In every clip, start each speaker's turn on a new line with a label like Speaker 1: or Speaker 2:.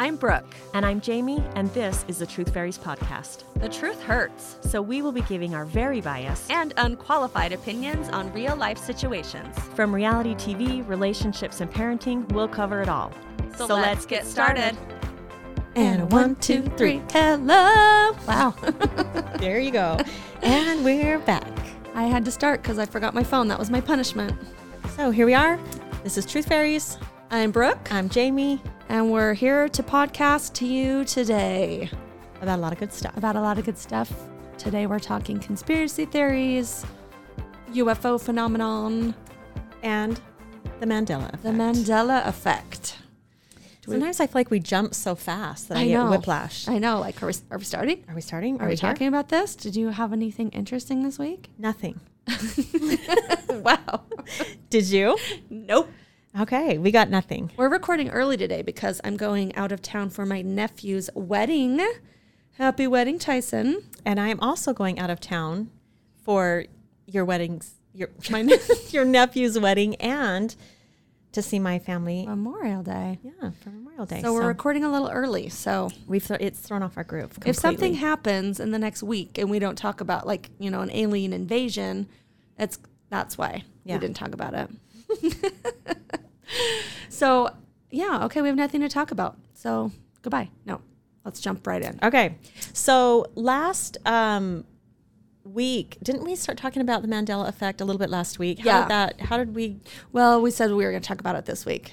Speaker 1: I'm Brooke.
Speaker 2: And I'm Jamie, and this is the Truth Fairies podcast.
Speaker 1: The truth hurts,
Speaker 2: So we will be giving our very biased,
Speaker 1: and unqualified opinions on real life situations.
Speaker 2: from reality TV, relationships, and parenting, we'll cover it all.
Speaker 1: So, let's, get started.
Speaker 3: And a one, two, three. Hello. Wow. there you go. And we're back.
Speaker 1: I had to start because I forgot my phone. That was my punishment.
Speaker 3: So here we are. This is Truth Fairies.
Speaker 1: I'm Brooke,
Speaker 3: I'm Jamie.
Speaker 1: and we're here to podcast to you today
Speaker 3: About a lot of good stuff.
Speaker 1: about a lot of good stuff. Today we're talking conspiracy theories, UFO phenomenon,
Speaker 3: And the Mandela.
Speaker 1: the
Speaker 3: effect.
Speaker 1: Mandela effect.
Speaker 3: Sometimes I feel like we jump so fast that I,
Speaker 1: I
Speaker 3: get
Speaker 1: know.
Speaker 3: whiplash.
Speaker 1: I know. Like, are we, are we starting?
Speaker 3: Are we starting?
Speaker 1: Are we
Speaker 3: here?
Speaker 1: talking about this? Did you have anything interesting this week?
Speaker 3: Nothing.
Speaker 1: wow.
Speaker 3: Did you?
Speaker 1: Nope.
Speaker 3: Okay, we got nothing.
Speaker 1: We're recording early today because I'm going out of town for my nephew's wedding. Happy wedding, Tyson.
Speaker 3: And I am also going out of town for your weddings, your my ne- your nephew's wedding, and to see my family.
Speaker 1: Memorial Day.
Speaker 3: yeah, for Memorial Day.
Speaker 1: So we're recording a little early. So
Speaker 3: We've thro- it's thrown off our groove. Completely.
Speaker 1: if something happens in the next week and we don't talk about like, you know, an alien invasion, that's that's why
Speaker 3: Yeah.
Speaker 1: we didn't talk about it. so yeah, okay, we have nothing to talk about. So goodbye. No. Let's jump right in.
Speaker 3: okay, so last um, week didn't we start talking about the Mandela effect a little bit last week? How
Speaker 1: Yeah.
Speaker 3: Did that how did we?
Speaker 1: Well, we said we were gonna talk about it this week.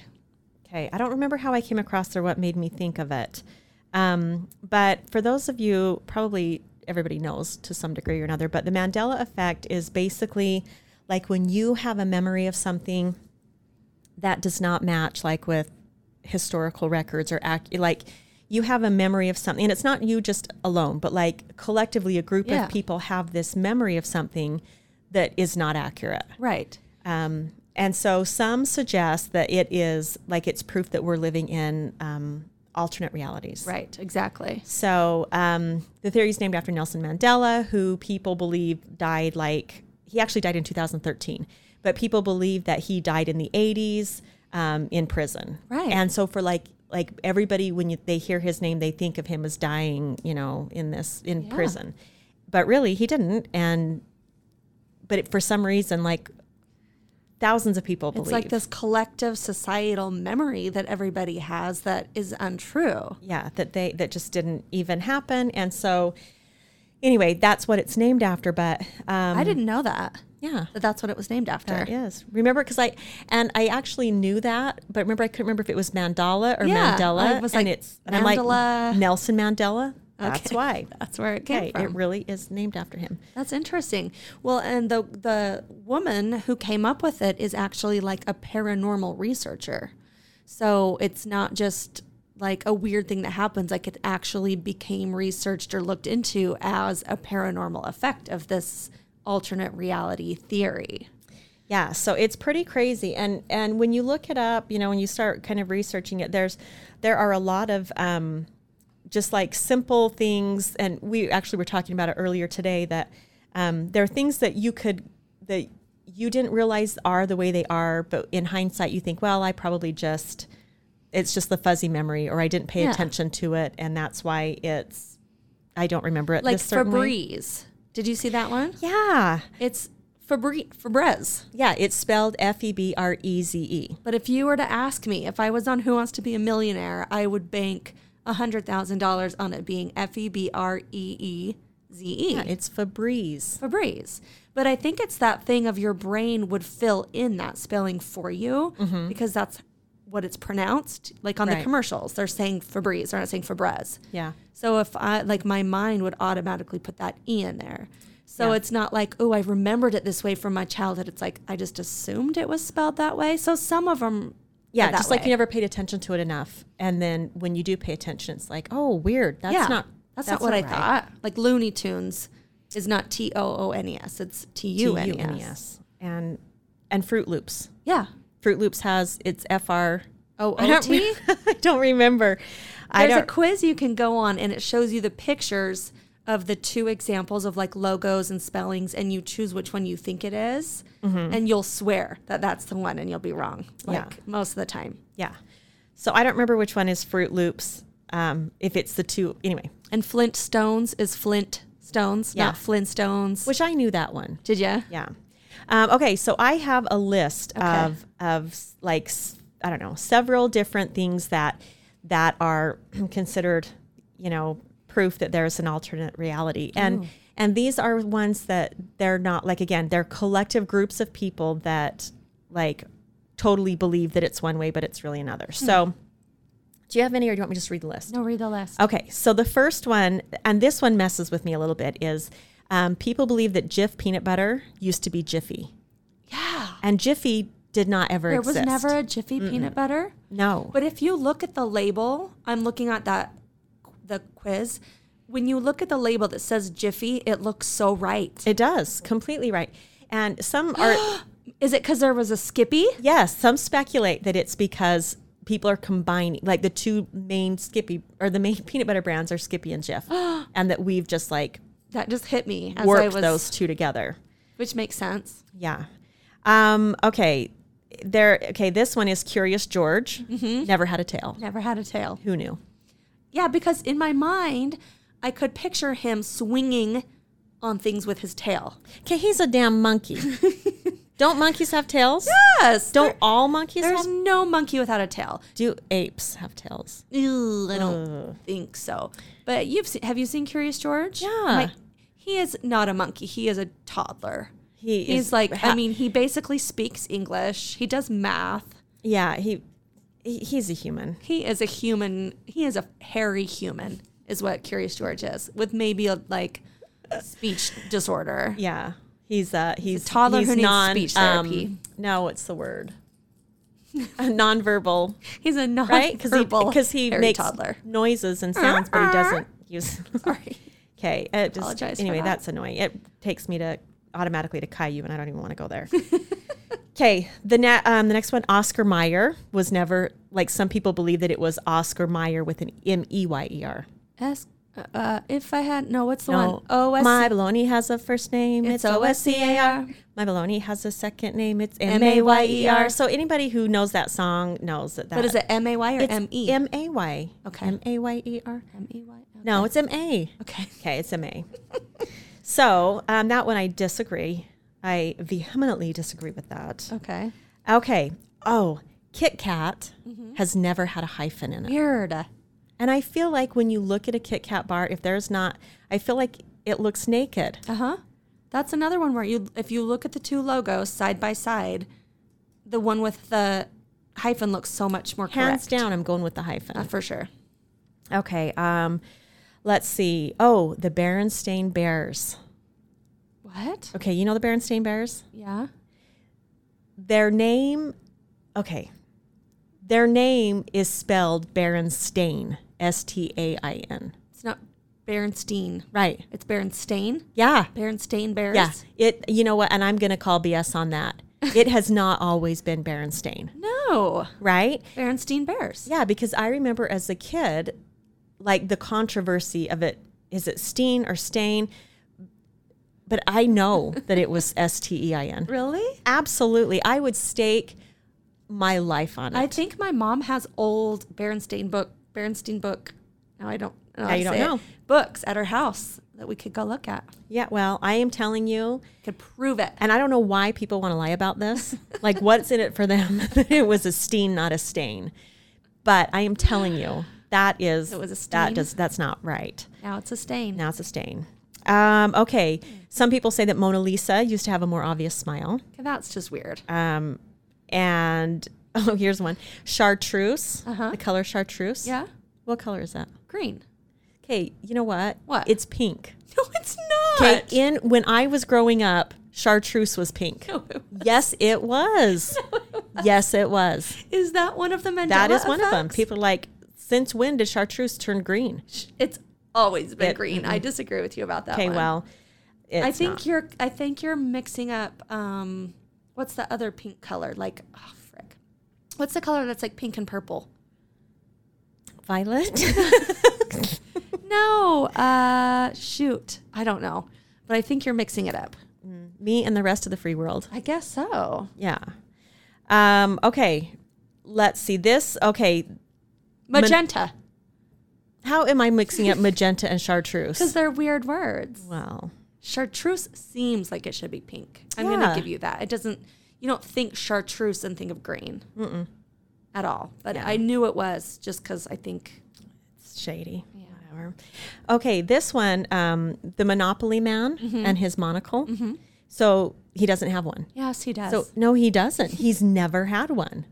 Speaker 3: Okay, I don't remember how I came across or what made me think of it. Um, but for those of you, probably everybody knows to some degree or another, but the Mandela effect is basically like when you have a memory of something that does not match, like with historical records or act, like you have a memory of something, and it's not you just alone, but like collectively, a group
Speaker 1: Yeah.
Speaker 3: of people have this memory of something that is not accurate.
Speaker 1: Right.
Speaker 3: Um, and so some suggest that it is like it's proof that we're living in um, alternate realities.
Speaker 1: Right, exactly.
Speaker 3: So um, the theory is named after Nelson Mandela, who people believe died like he actually died in 2013, but people believe that he died in the 80s um, in prison.
Speaker 1: Right.
Speaker 3: And so for like like everybody when you, they hear his name, they think of him as dying, you know, in this in
Speaker 1: Yeah.
Speaker 3: prison, but really he didn't. And but it, for some reason, like thousands of people believe
Speaker 1: It's like this collective societal memory that everybody has that is untrue.
Speaker 3: yeah that they that just didn't even happen and so anyway that's what it's named after but um
Speaker 1: I didn't know that.
Speaker 3: yeah
Speaker 1: That that's what it was named after.
Speaker 3: that is remember because i and i actually knew that but remember i couldn't remember if it was mandala or
Speaker 1: Yeah,
Speaker 3: mandela
Speaker 1: I was
Speaker 3: and
Speaker 1: like,
Speaker 3: it's and i'm like
Speaker 1: Mandela.
Speaker 3: nelson mandela that's
Speaker 1: Okay.
Speaker 3: why
Speaker 1: That's where it came
Speaker 3: okay
Speaker 1: from.
Speaker 3: it really is named after him
Speaker 1: that's interesting. Well, and the the woman who came up with it is actually like a paranormal researcher. So it's not just like a weird thing that happens like it actually became researched or looked into as a paranormal effect of this alternate reality theory.
Speaker 3: Yeah, so it's pretty crazy, and and when you look it up, you know, when you start kind of researching it, there's there are a lot of um, just like simple things, and we actually were talking about it earlier today that um, there are things that you could that you didn't realize are the way they are, but in hindsight, you think, well, I probably just it's just the fuzzy memory, or I didn't pay
Speaker 1: Yeah.
Speaker 3: attention to it, and that's why it's I don't remember it
Speaker 1: Like
Speaker 3: this certain way.
Speaker 1: Febreze. Did you see that one?
Speaker 3: Yeah,
Speaker 1: It's Fabri- Febreze.
Speaker 3: yeah, it's spelled F E B R E Z E.
Speaker 1: But if you were to ask me if I was on Who Wants to Be a Millionaire, I would bank $100,000 on it being F E B R E E Z
Speaker 3: Yeah,
Speaker 1: E.
Speaker 3: it's Febreze.
Speaker 1: Febreze. But I think it's that thing of your brain would fill in that spelling for you because that's what it's pronounced. Like on the
Speaker 3: Mm-hmm. Right.
Speaker 1: commercials, they're saying Febreze, they're not saying Febreze.
Speaker 3: Yeah.
Speaker 1: So if I like my mind would automatically put that E in there. So
Speaker 3: Yeah.
Speaker 1: it's not like, oh, I remembered it this way from my childhood. It's like I just assumed it was spelled that way. So some of them
Speaker 3: Yeah, just like you never paid attention to it enough. And then when you do pay attention, it's like, oh, weird. That's not
Speaker 1: that's, not what I
Speaker 3: right.
Speaker 1: thought. Like Looney Tunes is not T O O N E S. It's T U N E S.
Speaker 3: T-U-N-E-S. And and Fruit Loops.
Speaker 1: Yeah.
Speaker 3: Fruit Loops has its FR.
Speaker 1: O
Speaker 3: I
Speaker 1: O
Speaker 3: don't,
Speaker 1: T. E
Speaker 3: re- I don't remember. I
Speaker 1: There's a
Speaker 3: don't
Speaker 1: quiz you can go on and it shows you the pictures of the two examples of like logos and spellings and you choose which one you think it is, and you'll swear that that's the one and you'll be wrong like
Speaker 3: Yeah.
Speaker 1: most of the time.
Speaker 3: yeah. So I don't remember which one is Fruit Loops um, if it's the two anyway.
Speaker 1: And Flint Stones is Flint Stones,
Speaker 3: Yeah.
Speaker 1: not Flintstones.
Speaker 3: Which I knew that one.
Speaker 1: Did you?
Speaker 3: Yeah. Um, okay, so I have a list
Speaker 1: Okay.
Speaker 3: of of s- like s- I don't know several different things that that are considered, you know, proof that there is an alternate reality, and and these are ones that they're not like again they're collective groups of people that like totally believe that it's one way but it's really another. So, Hmm. do you have any, or do you want me to just read the list?
Speaker 1: No, read the list.
Speaker 3: Okay, so the first one, and this one messes with me a little bit, is um, people believe that Jif peanut butter used to be Jiffy,
Speaker 1: Yeah.
Speaker 3: and Jiffy did not ever
Speaker 1: There was
Speaker 3: exist.
Speaker 1: never a Jiffy peanut butter.
Speaker 3: no.
Speaker 1: But if you look at the label, I'm looking at that the quiz. When you look at the label that says Jiffy, it looks so right.
Speaker 3: it does completely right, and some are
Speaker 1: Is it because there was a Skippy?
Speaker 3: yes, some speculate that it's because people are combining like the two main Skippy or the main peanut butter brands are Skippy and Jif, and that we've just like
Speaker 1: That just hit me as I
Speaker 3: warped
Speaker 1: was,
Speaker 3: those two together.
Speaker 1: which makes sense.
Speaker 3: Yeah. Um, okay. There. Okay. This one is Curious George.
Speaker 1: Mm-hmm.
Speaker 3: Never had a tail.
Speaker 1: Never had a tail.
Speaker 3: Who knew?
Speaker 1: Yeah, because in my mind, I could picture him swinging on things with his tail.
Speaker 3: Okay, he's a damn monkey. Don't monkeys have tails?
Speaker 1: Yes.
Speaker 3: Don't all monkeys
Speaker 1: There's
Speaker 3: have?
Speaker 1: no monkey without a tail.
Speaker 3: Do apes have tails?
Speaker 1: Ew, I don't think so. But you've seen, have you seen Curious George?
Speaker 3: Mm. Yeah.
Speaker 1: he is not a monkey. He is a toddler.
Speaker 3: He
Speaker 1: He's
Speaker 3: is-
Speaker 1: like,
Speaker 3: ha-
Speaker 1: I mean, he basically speaks English. He does math.
Speaker 3: yeah, he, he he's a human.
Speaker 1: He is a human. He is a hairy human, is what Curious George is, with maybe a like speech disorder.
Speaker 3: Yeah, he's uh he's
Speaker 1: toddler
Speaker 3: he's
Speaker 1: who needs
Speaker 3: non-
Speaker 1: speech
Speaker 3: um,
Speaker 1: therapy.
Speaker 3: no, what's the word? A nonverbal,
Speaker 1: He's a non
Speaker 3: right?
Speaker 1: because
Speaker 3: Because he because he
Speaker 1: hairy
Speaker 3: makes
Speaker 1: toddler. Uh-huh.
Speaker 3: noises and sounds, but he doesn't use.
Speaker 1: Sorry.
Speaker 3: Okay, it just,
Speaker 1: Apologize for
Speaker 3: anyway,
Speaker 1: that.
Speaker 3: that's annoying. It takes me to automatically to Caillou, and I don't even want to go there. Okay, the na- um, the next one, Oscar Meyer was never like some people believe that it was Oscar Meyer with an M E Y E R.
Speaker 1: Ask uh, if I had no. What's the
Speaker 3: No,
Speaker 1: one? O S.
Speaker 3: my baloney has a first name.
Speaker 1: It's
Speaker 3: It's O S C A R.
Speaker 1: OSCAR.
Speaker 3: My baloney has a second name. It's M A Y E
Speaker 1: M-A-Y-E-R.
Speaker 3: R. So anybody who knows that song knows that that.
Speaker 1: But is it M A Y or
Speaker 3: It's
Speaker 1: M E?
Speaker 3: M A Y.
Speaker 1: Okay.
Speaker 3: M A Y E R.
Speaker 1: M E Y.
Speaker 3: No, it's M A.
Speaker 1: Okay.
Speaker 3: Okay, it's a May. so um, that one I disagree. I vehemently disagree with that.
Speaker 1: Okay.
Speaker 3: Okay. Oh, Kit Kat has never had a hyphen in it.
Speaker 1: Weird.
Speaker 3: And I feel like when you look at a Kit Kat bar, if there's not, I feel like it looks naked.
Speaker 1: Uh huh. That's another one where you, if you look at the two logos side by side, the one with the hyphen looks so much more
Speaker 3: Hands
Speaker 1: correct.
Speaker 3: down, I'm going with the hyphen.
Speaker 1: Uh, for sure.
Speaker 3: Okay. Um, let's see. Oh, the Berenstain Bears.
Speaker 1: What?
Speaker 3: Okay, you know the Berenstain Bears?
Speaker 1: Yeah.
Speaker 3: Their name, okay. Their name is spelled Berenstain, S T A I N.
Speaker 1: It's not Berenstein.
Speaker 3: Right.
Speaker 1: It's Berenstain.
Speaker 3: Yeah.
Speaker 1: Berenstain Bears.
Speaker 3: Yeah. It you know what, and I'm gonna call BS on that. It has not always been Berenstain,
Speaker 1: No.
Speaker 3: right?
Speaker 1: Berenstein Bears.
Speaker 3: Yeah, because I remember as a kid, like the controversy of it is it Steen or Stain? But I know that it was S T E I N.
Speaker 1: Really?
Speaker 3: Absolutely. I would stake my life on it.
Speaker 1: I think my mom has old Berenstain book, Berenstein book. No, I don't. know how
Speaker 3: Yeah,
Speaker 1: to
Speaker 3: you don't
Speaker 1: say it.
Speaker 3: know.
Speaker 1: Books at her house that we could go look at.
Speaker 3: yeah, well, I am telling you,
Speaker 1: Could prove it.
Speaker 3: and I don't know why people want to lie about this. like, what's in it for them? that it was a steen, not a stain. But I am telling you, that is
Speaker 1: It was a
Speaker 3: that
Speaker 1: steen?
Speaker 3: does that's not right.
Speaker 1: Now it's a stain.
Speaker 3: Now it's a stain. Um, okay, some people say that Mona Lisa used to have a more obvious smile,
Speaker 1: Okay, that's just weird.
Speaker 3: um, and oh, here's one: chartreuse,
Speaker 1: Uh-huh.
Speaker 3: the color chartreuse.
Speaker 1: yeah.
Speaker 3: what color is that?
Speaker 1: Green.
Speaker 3: Okay, you know what?
Speaker 1: What?
Speaker 3: It's pink.
Speaker 1: No, it's
Speaker 3: Okay,
Speaker 1: not.
Speaker 3: in when I was growing up, chartreuse was pink. Yes, it was. Yes, it was.
Speaker 1: Is that one of the Mandela
Speaker 3: That is one of them.
Speaker 1: effects?
Speaker 3: People are like, since when did chartreuse turn green?
Speaker 1: It's always been
Speaker 3: It-
Speaker 1: green. I disagree with you about that.
Speaker 3: Okay,
Speaker 1: one.
Speaker 3: well,
Speaker 1: I
Speaker 3: it's
Speaker 1: think
Speaker 3: not.
Speaker 1: you're. I think you're mixing up. Um, what's the other pink color? Like, oh frick, what's the color that's like pink and purple?
Speaker 3: violet.
Speaker 1: No, uh, shoot, I don't know, but I think you're mixing it up.
Speaker 3: Me and the rest of the free world.
Speaker 1: I guess so.
Speaker 3: Yeah. Um, okay, let's see this. Okay,
Speaker 1: Magenta.
Speaker 3: How am I mixing up magenta and chartreuse?
Speaker 1: Because they're weird words.
Speaker 3: Well,
Speaker 1: Chartreuse seems like it should be pink. I'm going
Speaker 3: Yeah.
Speaker 1: to give you that. It doesn't, you don't think chartreuse and think of green at all. But I knew it was just because I think,
Speaker 3: it's shady. Whatever. Okay, this one, um, the Monopoly Man
Speaker 1: Mm-hmm.
Speaker 3: and his monocle. So he doesn't have one.
Speaker 1: yes, he does.
Speaker 3: So no, he doesn't. He's never had one.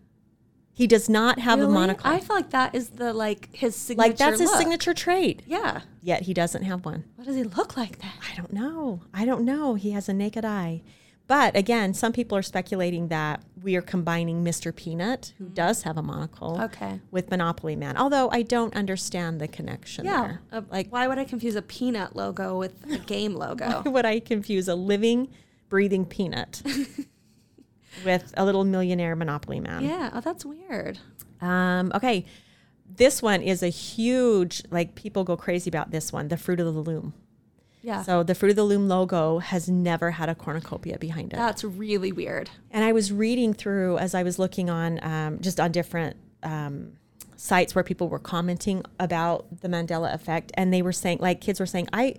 Speaker 3: He does not have a
Speaker 1: Really?
Speaker 3: monocle.
Speaker 1: I feel like that is the, like, his signature.
Speaker 3: like that's his
Speaker 1: look.
Speaker 3: signature trait.
Speaker 1: Yeah.
Speaker 3: Yet he doesn't have one.
Speaker 1: What does he look like then?
Speaker 3: I don't know. I don't know. He has a naked eye. But again, some people are speculating that we are combining Mr. Peanut,
Speaker 1: Hmm.
Speaker 3: who does have a monocle,
Speaker 1: Okay.
Speaker 3: with Monopoly Man. Although I don't understand the connection
Speaker 1: Yeah.
Speaker 3: there.
Speaker 1: Uh, like, why would I confuse a peanut logo with a game logo?
Speaker 3: Would I confuse a living, breathing peanut with a little millionaire Monopoly Man?
Speaker 1: yeah. Oh, that's weird.
Speaker 3: Um, okay. This one is a huge, like people go crazy about this one, the Fruit of the Loom.
Speaker 1: Yeah.
Speaker 3: So the Fruit of the Loom logo has never had a cornucopia behind it.
Speaker 1: that's really weird.
Speaker 3: And I was reading through as I was looking on um, just on different um, sites where people were commenting about the Mandela effect, and they were saying like kids were saying I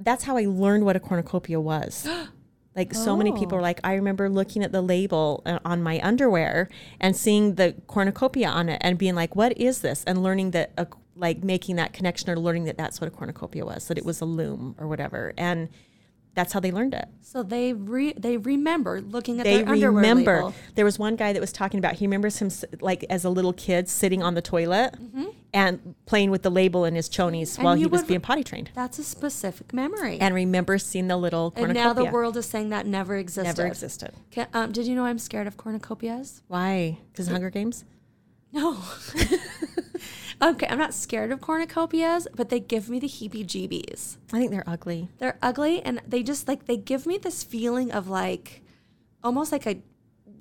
Speaker 3: that's how I learned what a cornucopia was. Like so many people were like, I remember looking at the label uh, on my underwear and seeing the cornucopia on it and being like, what is this? And learning that, a, like making that connection or learning that that's what a cornucopia was, that it was a loom or whatever. And that's how they learned it
Speaker 1: So they re- they remember looking at
Speaker 3: they
Speaker 1: their underwear
Speaker 3: remember
Speaker 1: label.
Speaker 3: there was one guy that was talking about he remembers him s- like as a little kid sitting on the toilet and playing with the label in his chonies
Speaker 1: Mm-hmm. And
Speaker 3: while
Speaker 1: you
Speaker 3: he was
Speaker 1: would-
Speaker 3: being potty trained
Speaker 1: That's a specific memory.
Speaker 3: and remembers seeing the little
Speaker 1: And
Speaker 3: cornucopia
Speaker 1: now the world is saying that never existed.
Speaker 3: never existed
Speaker 1: Ca- um, did you know I'm scared of cornucopias?
Speaker 3: why because hunger games
Speaker 1: No. okay, I'm not scared of cornucopias, but they give me the heebie-jeebies.
Speaker 3: i think they're ugly
Speaker 1: They're ugly, and they just like they give me this feeling of like almost like a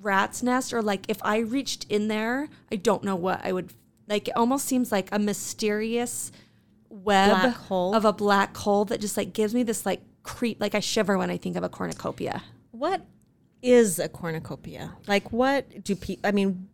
Speaker 1: rat's nest, or like if I reached in there, I don't know what I would like. It almost seems like a mysterious web
Speaker 3: Black hole.
Speaker 1: of a black hole that just like gives me this like creep. Like I shiver when I think of a cornucopia.
Speaker 3: what is a cornucopia like what do people i mean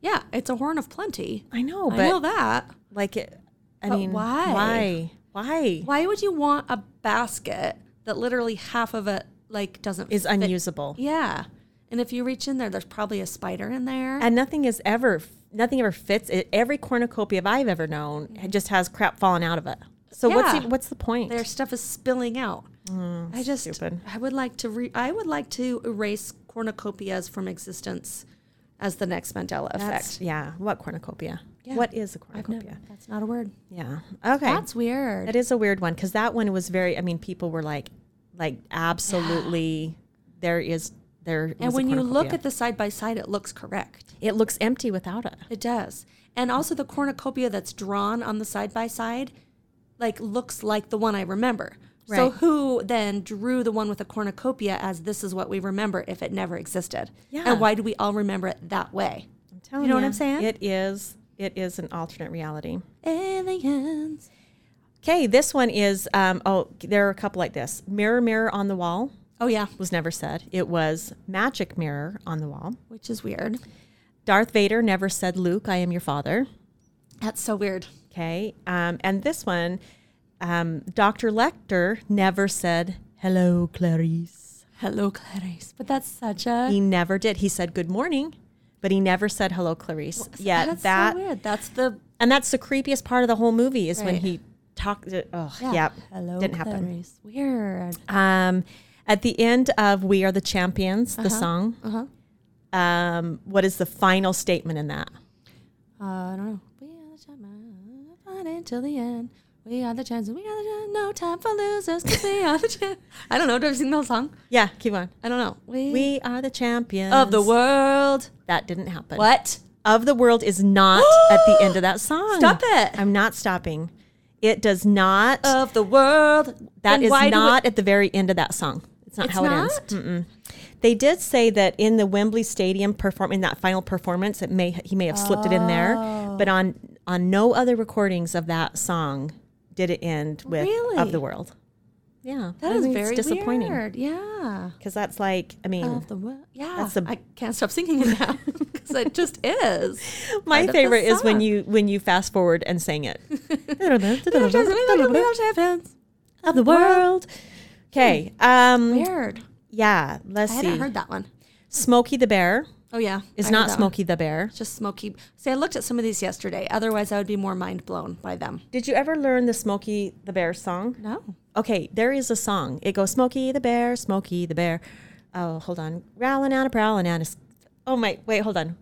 Speaker 1: Yeah, it's a horn of plenty.
Speaker 3: i know but
Speaker 1: I know that.
Speaker 3: like it i
Speaker 1: But
Speaker 3: mean
Speaker 1: why?
Speaker 3: why why
Speaker 1: Why would you want a basket that literally half of it like doesn't
Speaker 3: is
Speaker 1: fit?
Speaker 3: unusable
Speaker 1: Yeah. And if you reach in there, there's probably a spider in there.
Speaker 3: and nothing is ever nothing ever fits it, every cornucopia i've ever known it just has crap falling out of it so what's
Speaker 1: Yeah.
Speaker 3: the, what's the point
Speaker 1: their stuff is spilling out. I just
Speaker 3: Mm, stupid.
Speaker 1: I would like to re- I would like to erase cornucopias from existence as the next Mandela
Speaker 3: That's-
Speaker 1: effect.
Speaker 3: yeah what cornucopia
Speaker 1: Yeah.
Speaker 3: what is a
Speaker 1: I've never-
Speaker 3: cornucopia
Speaker 1: that's not a word.
Speaker 3: yeah okay
Speaker 1: That's weird.
Speaker 3: that is a weird one because that one was very i mean people were like like absolutely there is there
Speaker 1: and
Speaker 3: was a
Speaker 1: when you look
Speaker 3: cornucopia.
Speaker 1: at the side by side, it looks correct.
Speaker 3: it looks empty without it
Speaker 1: It does. And also the cornucopia that's drawn on the side by side, like looks like the one I remember. So
Speaker 3: Right.
Speaker 1: who then drew the one with a cornucopia as this is what we remember if it never existed?
Speaker 3: Yeah.
Speaker 1: And why do we all remember it that way?
Speaker 3: i'm telling
Speaker 1: You know what I'm saying?
Speaker 3: it is it is an alternate reality
Speaker 1: Aliens.
Speaker 3: okay this one is um oh there are a couple like this mirror mirror on the wall
Speaker 1: Oh yeah,
Speaker 3: was never said. It was magic mirror on the wall.
Speaker 1: which is weird.
Speaker 3: Darth Vader never said, Luke, I am your father.
Speaker 1: That's so weird.
Speaker 3: Okay. Um, and this one, um, Dr. Lecter never said, hello, Clarice.
Speaker 1: Hello, Clarice. But that's such a
Speaker 3: He never did. He said, good morning, but he never said, hello, Clarice. yeah.
Speaker 1: That's
Speaker 3: that,
Speaker 1: so weird. That's the
Speaker 3: and that's the creepiest part of the whole movie is when
Speaker 1: Right.
Speaker 3: he talked. Oh,
Speaker 1: yeah.
Speaker 3: yep.
Speaker 1: Hello,
Speaker 3: Didn't happen.
Speaker 1: Clarice. Weird.
Speaker 3: Um, at the end of We Are the Champions,
Speaker 1: Uh-huh.
Speaker 3: the song, um, what is the final statement in that?
Speaker 1: Uh, I don't know. We are the champions, fight until the end. We are the champions. We are the champions. No time for losers. 'cause we are the champions. I don't know. Do I sing the whole song?
Speaker 3: Yeah, keep on.
Speaker 1: I don't know. We,
Speaker 3: We are the champions
Speaker 1: of the world.
Speaker 3: That didn't happen.
Speaker 1: What?
Speaker 3: Of the world is not at the end of that song.
Speaker 1: Stop it.
Speaker 3: I'm not stopping. It does not.
Speaker 1: Of the world.
Speaker 3: that
Speaker 1: Then
Speaker 3: is
Speaker 1: why do
Speaker 3: not at the very end of that song. It's not
Speaker 1: It's
Speaker 3: how
Speaker 1: not?
Speaker 3: it ends. Mm-mm. They did say that in the Wembley Stadium perform in that final performance, it may he may have slipped it in there,
Speaker 1: Oh.
Speaker 3: but on on no other recordings of that song did it end with
Speaker 1: Really?
Speaker 3: of the world.
Speaker 1: We,
Speaker 3: Yeah,
Speaker 1: That
Speaker 3: I
Speaker 1: is
Speaker 3: think
Speaker 1: very
Speaker 3: it's disappointing
Speaker 1: Weird. Uh-huh. Yeah.
Speaker 3: because that's like I mean,
Speaker 1: Of Oh, the wo- yeah,
Speaker 3: That's a-
Speaker 1: I I can't stop singing it now because it just is.
Speaker 3: my
Speaker 1: Part of the
Speaker 3: favorite is when
Speaker 1: song.
Speaker 3: you when you fast forward and sang it.
Speaker 1: Weird.
Speaker 3: of the world. Okay. Um. Yeah. Let's
Speaker 1: I
Speaker 3: see.
Speaker 1: hadn't heard that one.
Speaker 3: Smokey the Bear
Speaker 1: Oh yeah,
Speaker 3: is
Speaker 1: I heard
Speaker 3: not
Speaker 1: that one.
Speaker 3: Smokey the Bear.
Speaker 1: It's Just Smokey. See, I looked at some of these yesterday. Otherwise, I would be more mind blown by them.
Speaker 3: Did you ever learn the Smokey the Bear song?
Speaker 1: No.
Speaker 3: Okay, there is a song. It goes Smokey the Bear, Smokey the Bear. Oh, hold on. Growling out a prowling out a. s- Oh my, wait, hold on.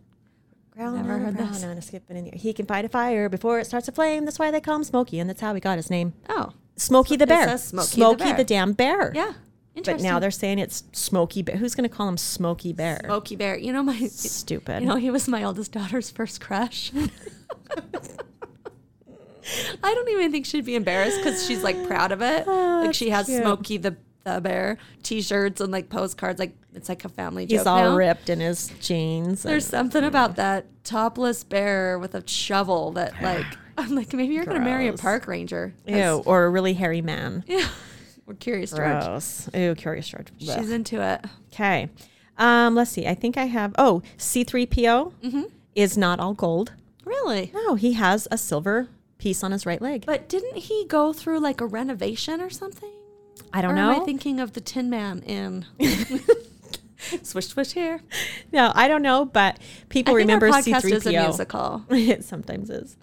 Speaker 3: Growling
Speaker 1: Never
Speaker 3: out a
Speaker 1: heard
Speaker 3: prowling
Speaker 1: this.
Speaker 3: out a skipping in the air. He can fight a fire before it starts a flame. That's why they call him Smokey, and that's how he got his name.
Speaker 1: Oh.
Speaker 3: Smokey the
Speaker 1: it
Speaker 3: Bear.
Speaker 1: says Smokey the Bear.
Speaker 3: damn bear.
Speaker 1: Yeah.
Speaker 3: But
Speaker 1: Interesting.
Speaker 3: now they're saying it's Smokey Bear. Who's going to call him Smokey Bear?
Speaker 1: Smokey Bear. You know my.
Speaker 3: Stupid.
Speaker 1: You know he was my oldest daughter's first crush. I don't even think she'd be embarrassed because she's like proud of
Speaker 3: Oh,
Speaker 1: it. like she has Smokey the the Bear T-shirts and like postcards. Like it's like a family joke
Speaker 3: He's all
Speaker 1: now.
Speaker 3: ripped in his jeans.
Speaker 1: There's something about that topless bear with a shovel that like I'm like maybe you're gonna marry a
Speaker 3: Gross.
Speaker 1: park ranger.
Speaker 3: and, ew, or a really hairy man.
Speaker 1: Yeah. We're curious, George.
Speaker 3: Gross. Ew, Curious George.
Speaker 1: She's into it.
Speaker 3: Okay. Um, let's see. I think I have. Oh, C3PO
Speaker 1: Mm-hmm.
Speaker 3: is not all gold.
Speaker 1: Really?
Speaker 3: No, he has a silver piece on his right leg.
Speaker 1: But didn't he go through like a renovation or something?
Speaker 3: I don't
Speaker 1: or
Speaker 3: know.
Speaker 1: Am I thinking of the Tin Man in Swish Swish Here?
Speaker 3: no, I don't know, but people
Speaker 1: I think
Speaker 3: remember
Speaker 1: our podcast
Speaker 3: C3PO.
Speaker 1: is a musical.
Speaker 3: it sometimes is.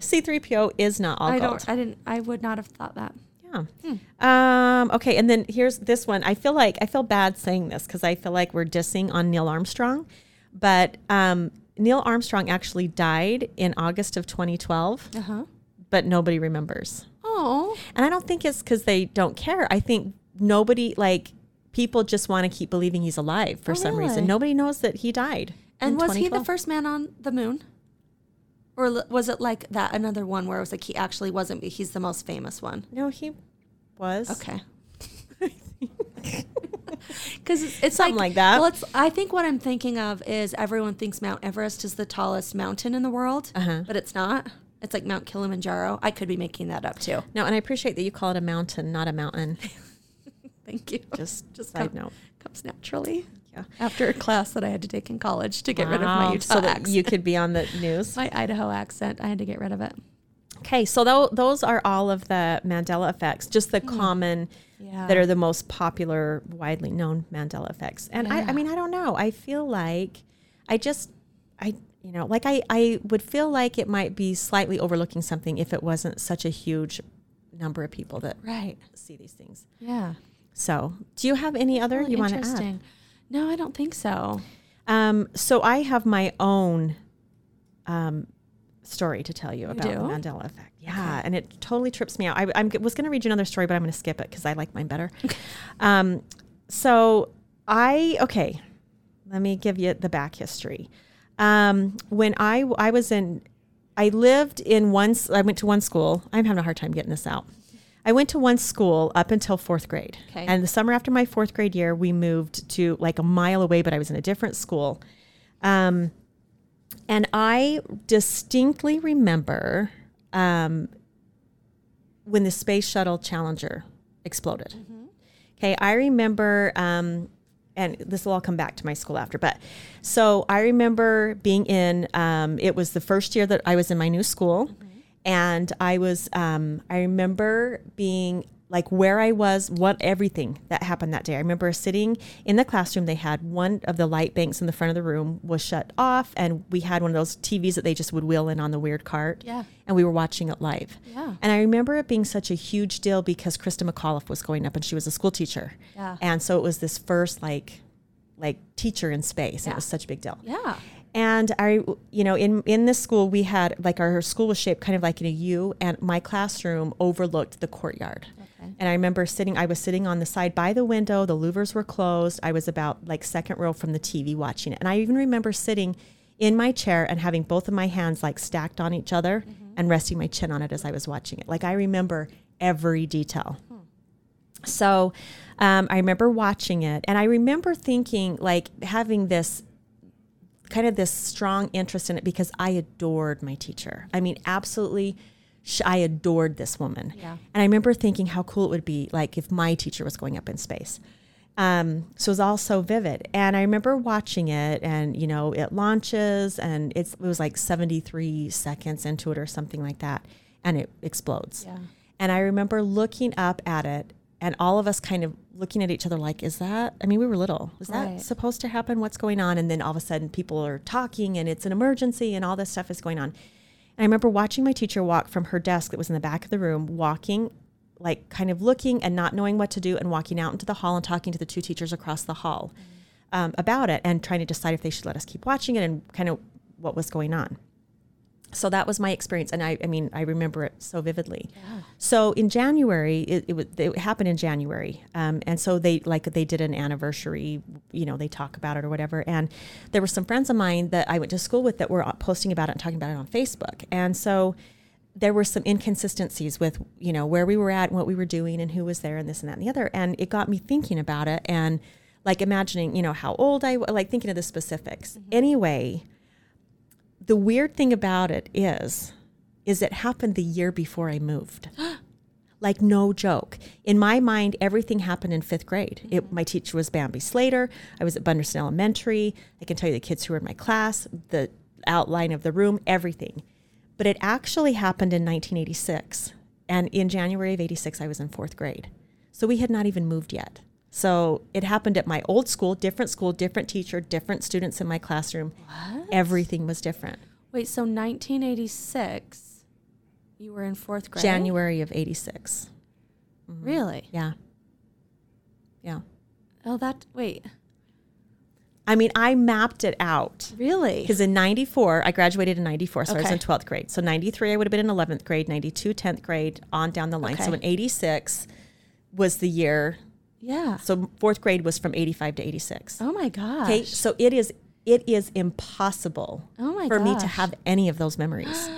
Speaker 3: C3PO is not all
Speaker 1: I Hmm.
Speaker 3: gold.
Speaker 1: don't. I didn't. I would not have thought that.
Speaker 3: Yeah. Um, okay, and then here's this one. I feel like I feel bad saying this because I feel like we're dissing on Neil Armstrong, but um, Neil Armstrong actually died in August of 2012,
Speaker 1: Uh huh.
Speaker 3: but nobody remembers.
Speaker 1: Oh,
Speaker 3: And I don't think it's because they don't care. I think nobody like people just want to keep believing he's alive for
Speaker 1: Oh,
Speaker 3: some
Speaker 1: really?
Speaker 3: reason. Nobody knows that he died.
Speaker 1: and
Speaker 3: in
Speaker 1: was he the
Speaker 3: 2012.
Speaker 1: first man on the moon? Or l- was it like that another one where it was like he actually wasn't, but he's the most famous one?
Speaker 3: No, he was.
Speaker 1: Okay. Because it's, it's
Speaker 3: Something like that.
Speaker 1: Well, it's, I think what I'm thinking of is everyone thinks Mount Everest is the tallest mountain in the world,
Speaker 3: Uh-huh.
Speaker 1: but it's not. It's like Mount Kilimanjaro. I could be making that up too.
Speaker 3: No, and I appreciate that you call it a mountain, not a mountain.
Speaker 1: Thank you.
Speaker 3: Just
Speaker 1: Just
Speaker 3: just side
Speaker 1: come-
Speaker 3: note.
Speaker 1: Comes naturally
Speaker 3: Yeah.
Speaker 1: after a class that I had to take in college to get rid of my
Speaker 3: Wow,
Speaker 1: Utah
Speaker 3: so that
Speaker 1: accent.
Speaker 3: you could be on the news.
Speaker 1: my Idaho accent. I had to get rid of it.
Speaker 3: Okay, so tho- those are all of the Mandela effects, just the common
Speaker 1: Yeah.
Speaker 3: that are the most popular, widely known Mandela effects. And I, I
Speaker 1: Yeah.
Speaker 3: mean, I don't know. I feel like I just, I, you know, like I, I would feel like it might be slightly overlooking something if it wasn't such a huge number of people that
Speaker 1: right.
Speaker 3: see these things.
Speaker 1: Yeah.
Speaker 3: So, do you have any other you want to add?
Speaker 1: Interesting. No, I don't think so.
Speaker 3: Um, so I have my own um, story to tell you about
Speaker 1: do?
Speaker 3: the Mandela effect. Yeah, and it totally trips me out. I I'm, was going to read you another story, but I'm going to skip it because I like mine better. um, so I okay, let me give you the back history. Um, when I w- I was in, I lived in one. s- I went to one school. I'm having a hard time getting this out. I went to one school up until fourth grade,
Speaker 1: Okay.
Speaker 3: and the summer after my fourth grade year, we moved to like a mile away, but I was in a different school. Um, and I distinctly remember um, when the space shuttle Challenger exploded. Okay, I remember, um, and this will all come back to my school after, but so I remember being in, um, it was the first year that I was in my new school, and I was, um, I remember being like where I was, what everything that happened that day. I remember sitting in the classroom, they had one of the light banks in the front of the room was shut off, and we had one of those TVs that they just would wheel in on the weird cart.
Speaker 1: Yeah.
Speaker 3: And we were watching it live.
Speaker 1: Yeah.
Speaker 3: And I remember it being such a huge deal because Krista McAuliffe was going up and she was a school teacher.
Speaker 1: Yeah.
Speaker 3: And so it was this first like like teacher in space. and It was such a big deal.
Speaker 1: Yeah.
Speaker 3: And I you know, in in this school we had like our school was shaped kind of like in a U and my classroom overlooked the courtyard.
Speaker 1: Okay.
Speaker 3: And I remember sitting I was sitting on the side by the window, the louvers were closed. I was about like second row from the TV watching it. And I even remember sitting in my chair and having both of my hands like stacked on each other and resting my chin on it as I was watching it. Like I remember every detail. So um, I remember watching it and I remember thinking, like, having this kind of this strong interest in it because I adored my teacher. I mean, absolutely sh- I adored this woman.
Speaker 1: Yeah.
Speaker 3: And I remember thinking how cool it would be, like if my teacher was going up in space. Um, so it was all so vivid. And I remember watching it, and you know, it launches, and it's, it was like 73 seconds into it or something like that, and it explodes.
Speaker 1: Yeah.
Speaker 3: And I remember looking up at it, and all of us kind of looking at each other like, "Is that?" I mean, we were little. Is that
Speaker 1: Right.
Speaker 3: supposed to happen? What's going on? And then all of a sudden, people are talking, and it's an emergency, and all this stuff is going on. And I remember watching my teacher walk from her desk that was in the back of the room, walking, like kind of looking and not knowing what to do, and walking out into the hall and talking to the two teachers across the hall um, about it and trying to decide if they should let us keep watching it and kind of what was going on. So that was my experience, and I, I mean, I remember it so vividly. So in January, it, it, was, it happened in January, um, and so they like they did an anniversary, you know, they talk about it or whatever. And there were some friends of mine that I went to school with that were uh, posting about it and talking about it on Facebook, and so there were some inconsistencies with you know where we were at and what we were doing and who was there and this and that and the other and it got me thinking about it and like imagining you know how old i was like thinking of the specifics anyway the weird thing about it is is it happened the year before i moved like no joke in my mind everything happened in fifth grade it, my teacher was bambi slater i was at bunderson elementary i can tell you the kids who were in my class the outline of the room everything but it actually happened in 1986 and in january of 86 i was in fourth grade so we had not even moved yet so it happened at my old school different school different teacher different students in my classroom everything was different
Speaker 1: Wait, so 1986, you were in fourth grade?
Speaker 3: january of 86
Speaker 1: Mm-hmm. Really?
Speaker 3: yeah yeah
Speaker 1: Oh, that, wait,
Speaker 3: I mean, I mapped it out
Speaker 1: really?
Speaker 3: because in 94, I graduated in 94, so I was
Speaker 1: Okay.
Speaker 3: in 12th grade. So 93, I would have been in 11th grade, 92, 10th grade, on down the line. So
Speaker 1: Okay.
Speaker 3: in 86 was the year.
Speaker 1: Yeah.
Speaker 3: So fourth grade was from 85 to 86.
Speaker 1: Oh my gosh.
Speaker 3: Okay. So it is, it is impossible
Speaker 1: Oh my
Speaker 3: for me to
Speaker 1: gosh.
Speaker 3: have any of those memories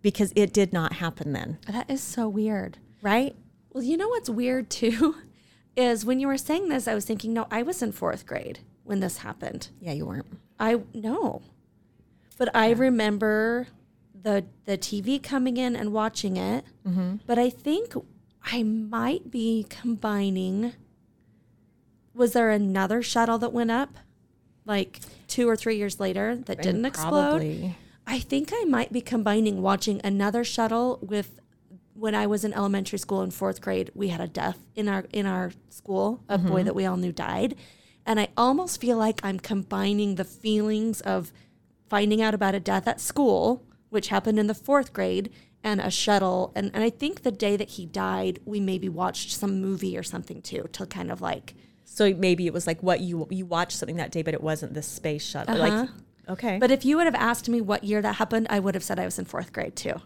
Speaker 3: because it did not happen then.
Speaker 1: That is so weird.
Speaker 3: Right.
Speaker 1: Well, you know what's weird too is when you were saying this, I was thinking, no, I was in fourth grade when this happened.
Speaker 3: Yeah, you weren't.
Speaker 1: I no, but I remember the the TV coming in and watching it. But I think I might be combining. Was there another shuttle that went up, like two or three years later that didn't explode?
Speaker 3: Probably.
Speaker 1: I think I might be combining watching another shuttle with when I was in elementary school in fourth grade. We had a death in our in our school, a
Speaker 3: Mm-hmm.
Speaker 1: boy that we all knew died, and I almost feel like I'm combining the feelings of finding out about a death at school, which happened in the fourth grade, and a shuttle. And and I think the day that he died, we maybe watched some movie or something too to kind of like
Speaker 3: So maybe it was like what you you watched something that day, but it wasn't the space shuttle. Like, okay.
Speaker 1: Uh-huh. but if you would have asked me what year that happened, I would have said I was in fourth grade too.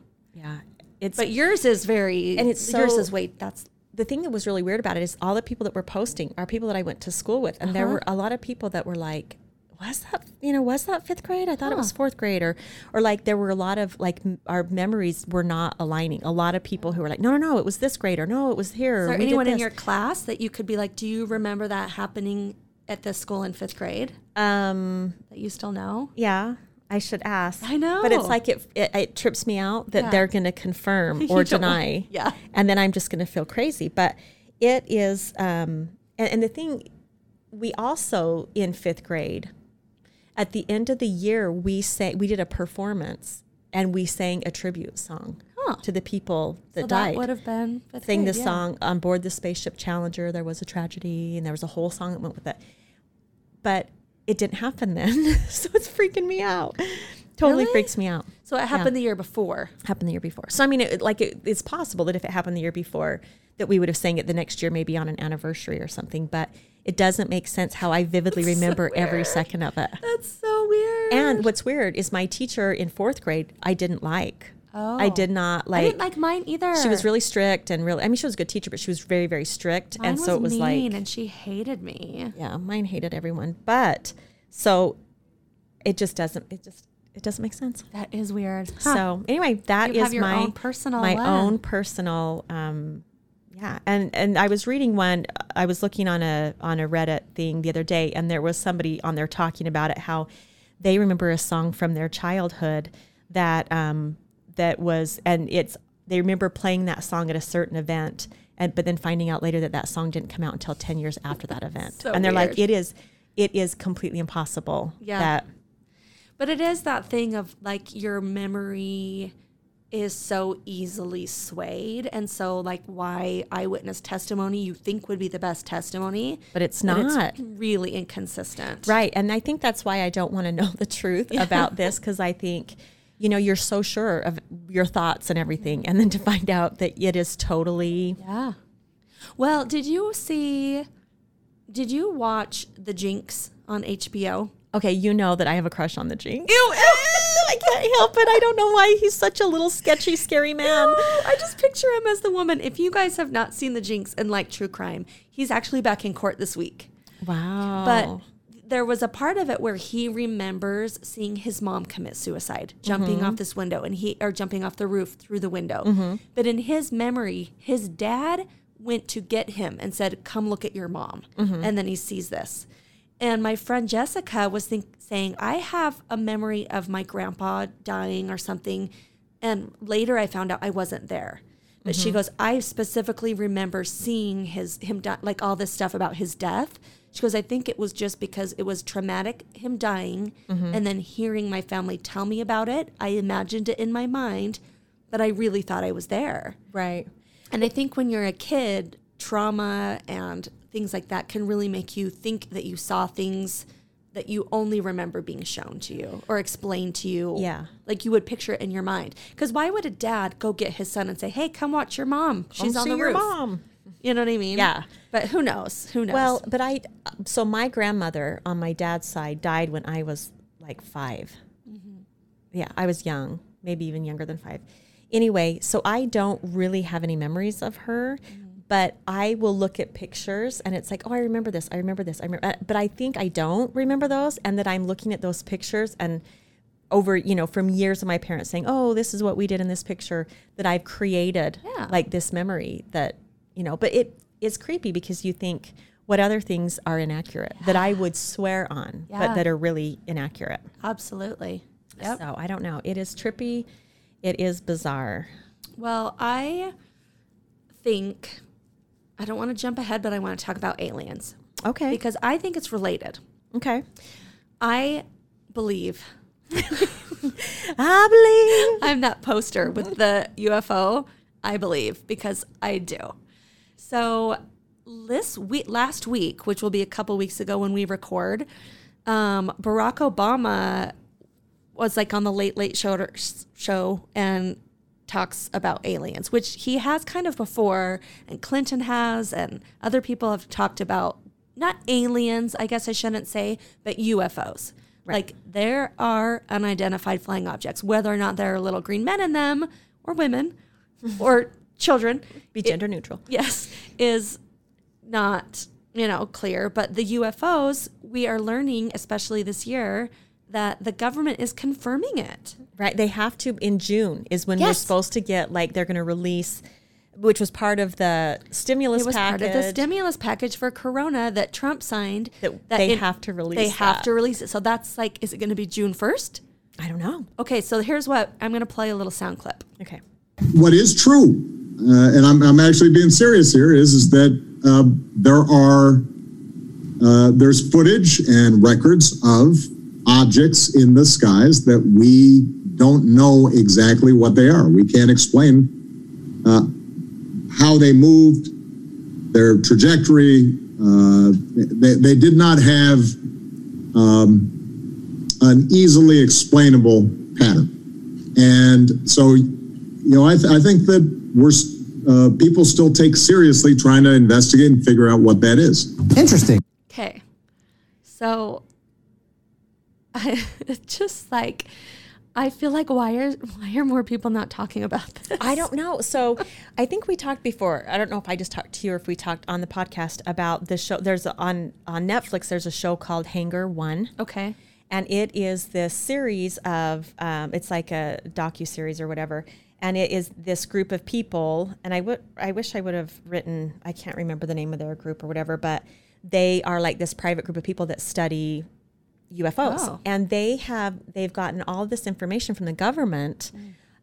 Speaker 3: yeah, it's
Speaker 1: But yours is very
Speaker 3: And it's
Speaker 1: yours
Speaker 3: so-
Speaker 1: is wait that's
Speaker 3: the thing that was really weird about it is all the people that were posting are people that I went to school with, and
Speaker 1: Uh-huh.
Speaker 3: there were a lot of people that were like, "Was that you know was that fifth grade? I thought it was fourth grade," or or like there were a lot of like m- our memories were not aligning. A lot of people who were like, "No, no, no, it was this grade," or "No, it was here."
Speaker 1: is
Speaker 3: or
Speaker 1: there
Speaker 3: "We did
Speaker 1: anyone in
Speaker 3: this."
Speaker 1: your class that you could be like do you remember that happening at this school in fifth grade
Speaker 3: um
Speaker 1: that you still know
Speaker 3: yeah? I should ask.
Speaker 1: I know.
Speaker 3: but it's like it it, it trips me out that
Speaker 1: Yeah.
Speaker 3: they're going to confirm or
Speaker 1: don't want-
Speaker 3: deny.
Speaker 1: yeah.
Speaker 3: and then I'm just going to feel crazy. But it is, um, and, and the thing, we also in fifth grade, at the end of the year, we say we did a performance and we sang a tribute song
Speaker 1: Huh.
Speaker 3: to the people that
Speaker 1: so
Speaker 3: died.
Speaker 1: that would have been fifth
Speaker 3: Sang
Speaker 1: grade,
Speaker 3: this
Speaker 1: yeah.
Speaker 3: song on board the spaceship Challenger. There was a tragedy, and there was a whole song that went with it. But it didn't happen then, so it's freaking me out. Totally
Speaker 1: Really?
Speaker 3: freaks me out
Speaker 1: so it happened the year before
Speaker 3: happened the year before. So I mean, it, like it, it's possible that if it happened the year before, that we would have sang it the next year, maybe on an anniversary or something. But it doesn't make sense how I vividly remember every second of it.
Speaker 1: that's so weird
Speaker 3: And what's weird is my teacher in fourth grade, I didn't like.
Speaker 1: oh
Speaker 3: I did not
Speaker 1: i
Speaker 3: like.
Speaker 1: didn't like mine either
Speaker 3: she was really strict and really. I mean, she was a good teacher, but she was very, very strict,
Speaker 1: mine
Speaker 3: and so it was
Speaker 1: mean
Speaker 3: like
Speaker 1: and she hated me
Speaker 3: yeah, mine hated everyone. But so it just doesn't. It just it doesn't make sense.
Speaker 1: that is weird
Speaker 3: So anyway, that is
Speaker 1: You have your
Speaker 3: my
Speaker 1: own personal
Speaker 3: my
Speaker 1: lens.
Speaker 3: own personal um yeah. And and I was reading one I was looking on a on a Reddit thing the other day and there was somebody on there talking about it how they remember a song from their childhood that um that was and it's they remember playing that song at a certain event, and but then finding out later that that song didn't come out until ten years after that event,
Speaker 1: So
Speaker 3: and they're like,
Speaker 1: weird.
Speaker 3: it is, it is completely impossible.
Speaker 1: Yeah.
Speaker 3: That
Speaker 1: But it is that thing of like your memory is so easily swayed. And so, like, why eyewitness testimony you think would be the best testimony,
Speaker 3: but it's
Speaker 1: but
Speaker 3: not.
Speaker 1: it's really inconsistent.
Speaker 3: Right. And I think that's why I don't want to know the truth about this because I think, you know, you're so sure of your thoughts and everything. And then to find out that it is totally.
Speaker 1: Yeah. Well, did you see, did you watch The Jinx on HBO?
Speaker 3: Okay, you know that I have a crush on the Jinx. Ew, I can't help it. I don't know why he's such a little sketchy, scary man.
Speaker 1: Oh, I just picture him as the woman. If you guys have not seen The Jinx and like true crime, he's actually back in court this week.
Speaker 3: Wow.
Speaker 1: But there was a part of it where he remembers seeing his mom commit suicide, jumping off this window and he or jumping off the roof through the window. But in his memory, his dad went to get him and said, "Come look at your mom." And then he sees this. And my friend Jessica was think, saying, "I have a memory of my grandpa dying or something." And later I found out I wasn't there. But she goes, I specifically remember seeing his him die, like all this stuff about his death. She goes, I think it was just because it was traumatic, him dying, and then hearing my family tell me about it. I imagined it in my mind, but I really thought I was there.
Speaker 3: right.
Speaker 1: And I think when you're a kid, trauma and things like that can really make you think that you saw things that you only remember being shown to you or explained to you.
Speaker 3: Yeah.
Speaker 1: Like you would picture it in your mind. Because why would a dad go get his son and say, hey, come watch your mom? She's
Speaker 3: Come
Speaker 1: on
Speaker 3: see
Speaker 1: the
Speaker 3: your
Speaker 1: roof.
Speaker 3: mom.
Speaker 1: You know what I mean?
Speaker 3: Yeah.
Speaker 1: But who knows? Who knows?
Speaker 3: Well, but I, so my grandmother on my dad's side died when I was like 5 Yeah, I was young, maybe even younger than five. Anyway, so I don't really have any memories of her, but I will look at pictures and it's like, oh, I remember this. I remember this. I remember, uh, but I think I don't remember those, and that I'm looking at those pictures and over, you know, from years of my parents saying, oh, this is what we did in this picture that I've created,
Speaker 1: Yeah.
Speaker 3: like this memory that, you know, but it is creepy because you think what other things are inaccurate that I would swear on,
Speaker 1: Yeah.
Speaker 3: but that are really inaccurate.
Speaker 1: absolutely. Yep.
Speaker 3: So I don't know. It is trippy. It is bizarre.
Speaker 1: Well, I think I don't want to jump ahead, but I want to talk about aliens
Speaker 3: Okay.
Speaker 1: because I think it's related.
Speaker 3: okay.
Speaker 1: I believe
Speaker 3: I believe.
Speaker 1: I'm that poster with the UFO. I believe because I do. So this week, last week, which will be a couple weeks ago when we record, um, Barack Obama was like on the Late Late Show, show and talks about aliens, which he has kind of before, and Clinton has, and other people have talked about not aliens, I guess I shouldn't say, but UFOs. Like there are unidentified flying objects, whether or not there are little green men in them, or women, or children.
Speaker 3: Be gender neutral.
Speaker 1: Yes, is not you know clear but the ufos we are learning especially this year that the government is confirming it
Speaker 3: Right. They have to in June is when we're
Speaker 1: Yes.
Speaker 3: supposed to get like they're going to release, which was part of the stimulus
Speaker 1: It was
Speaker 3: package.
Speaker 1: part of the stimulus package for Corona that Trump signed.
Speaker 3: That they have to release
Speaker 1: They have
Speaker 3: that.
Speaker 1: to release it. So that's like, is it going to be June first?
Speaker 3: I don't know.
Speaker 1: Okay, so here's what I'm going to play a little sound clip.
Speaker 3: Okay.
Speaker 4: what is true, uh, and I'm, I'm actually being serious here, is is that uh, there are uh, there's footage and records of objects in the skies that we don't know exactly what they are. We can't explain uh, how they moved, their trajectory. Uh, they, they did not have um, an easily explainable pattern, and so you know, I, th- I think that we're s- uh, people still take seriously trying to investigate and figure out what that is.
Speaker 5: Interesting.
Speaker 1: Okay, so I it's just like I feel like why are why are more people not talking about this?
Speaker 3: I don't know. So I think we talked before. I don't know if I just talked to you or if we talked on the podcast about the show. There's a, on on Netflix. There's a show called Hanger One.
Speaker 1: Okay,
Speaker 3: and it is this series of um, it's like a docu series or whatever and it is this group of people and i would i wish i would have written i can't remember the name of their group or whatever but they are like this private group of people that study ufos
Speaker 1: Oh.
Speaker 3: and they have they've gotten all this information from the government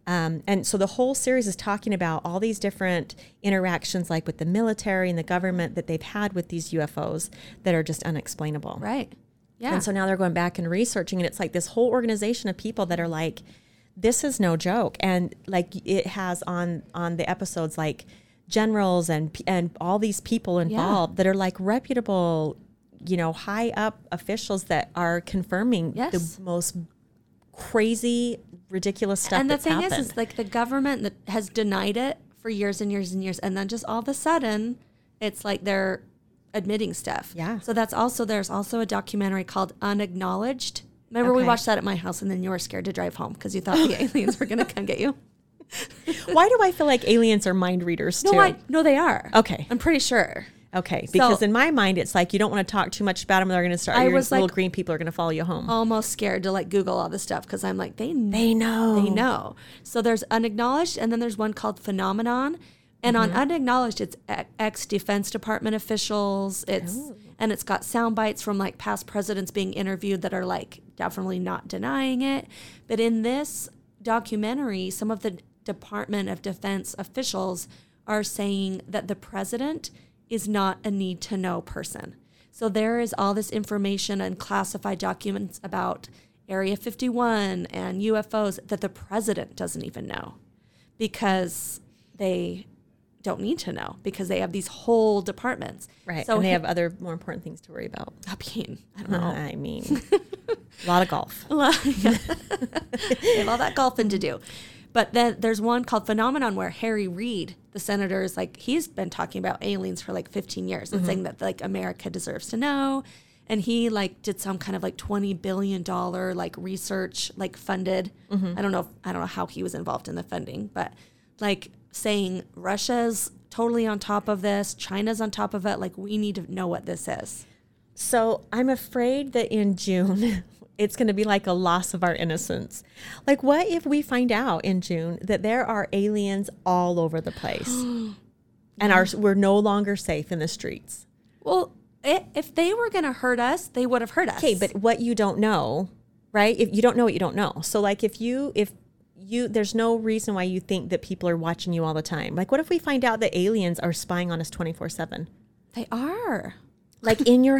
Speaker 3: Um, and so the whole series is talking about all these different interactions, like with the military and the government, that they've had with these UFOs that are just unexplainable.
Speaker 1: Right. Yeah.
Speaker 3: And so now they're going back and researching, and it's like this whole organization of people that are like, "This is no joke," and like it has on on the episodes like generals and and all these people involved that are like reputable, you know, high up officials that are confirming
Speaker 1: Yes.
Speaker 3: the most crazy, ridiculous stuff.
Speaker 1: and the
Speaker 3: that's
Speaker 1: thing
Speaker 3: happened.
Speaker 1: is, is like the government that has denied it for years and years and years, and then just all of a sudden, it's like they're admitting stuff.
Speaker 3: Yeah.
Speaker 1: So that's also there's also a documentary called Unacknowledged. Remember we
Speaker 3: Okay.
Speaker 1: watched that at my house, and then you were scared to drive home because you thought the aliens were gonna come get you.
Speaker 3: Why do I feel like aliens are mind readers
Speaker 1: No,
Speaker 3: too?
Speaker 1: I, no, they are.
Speaker 3: Okay.
Speaker 1: I'm pretty sure.
Speaker 3: Okay, because
Speaker 1: So-
Speaker 3: in my mind, it's like you don't want to talk too much about them. They're going to start.
Speaker 1: I
Speaker 3: your
Speaker 1: was
Speaker 3: little
Speaker 1: like-
Speaker 3: green people are going to follow you home.
Speaker 1: Almost scared to like Google all this stuff because I'm like they
Speaker 3: They know.
Speaker 1: they know. So there's unacknowledged, and then there's one called phenomenon. And on unacknowledged, it's ex Defense Department officials. It's and it's got sound bites from like past presidents being interviewed that are like definitely not denying it. But in this documentary, some of the Department of Defense officials are saying that the president is not a need to know person. So there is all this information and classified documents about Area 51 and UFOs that the president doesn't even know because they don't need to know because they have these whole departments.
Speaker 3: Right.
Speaker 1: So
Speaker 3: and they have other more important things to worry about.
Speaker 1: I mean, I don't know.
Speaker 3: I mean, a lot of golf.
Speaker 1: They have all that golfing to do. But then there's one called Phenomenon where Harry Reid, the senator, is like, he's been talking about aliens for like 15 years and saying that like America deserves to know. And he like did some kind of like $20 billion like research, like funded. I don't know. If, I don't know how he was involved in the funding, but like saying Russia's totally on top of this. China's on top of it. Like we need to know what this is.
Speaker 3: So I'm afraid that in June, it's going to be like a loss of our innocence. Like, what if we find out in June that there are aliens all over the place, and our, we're no longer safe in the streets?
Speaker 1: Well, i if they were going to hurt us, they would have hurt us.
Speaker 3: Okay, but what you don't know, right? If you don't know what you don't know. So like if you if you there's no reason why you think that people are watching you all the time. Like what if we find out that aliens are spying on us 24/7?
Speaker 1: they are.
Speaker 3: Like in your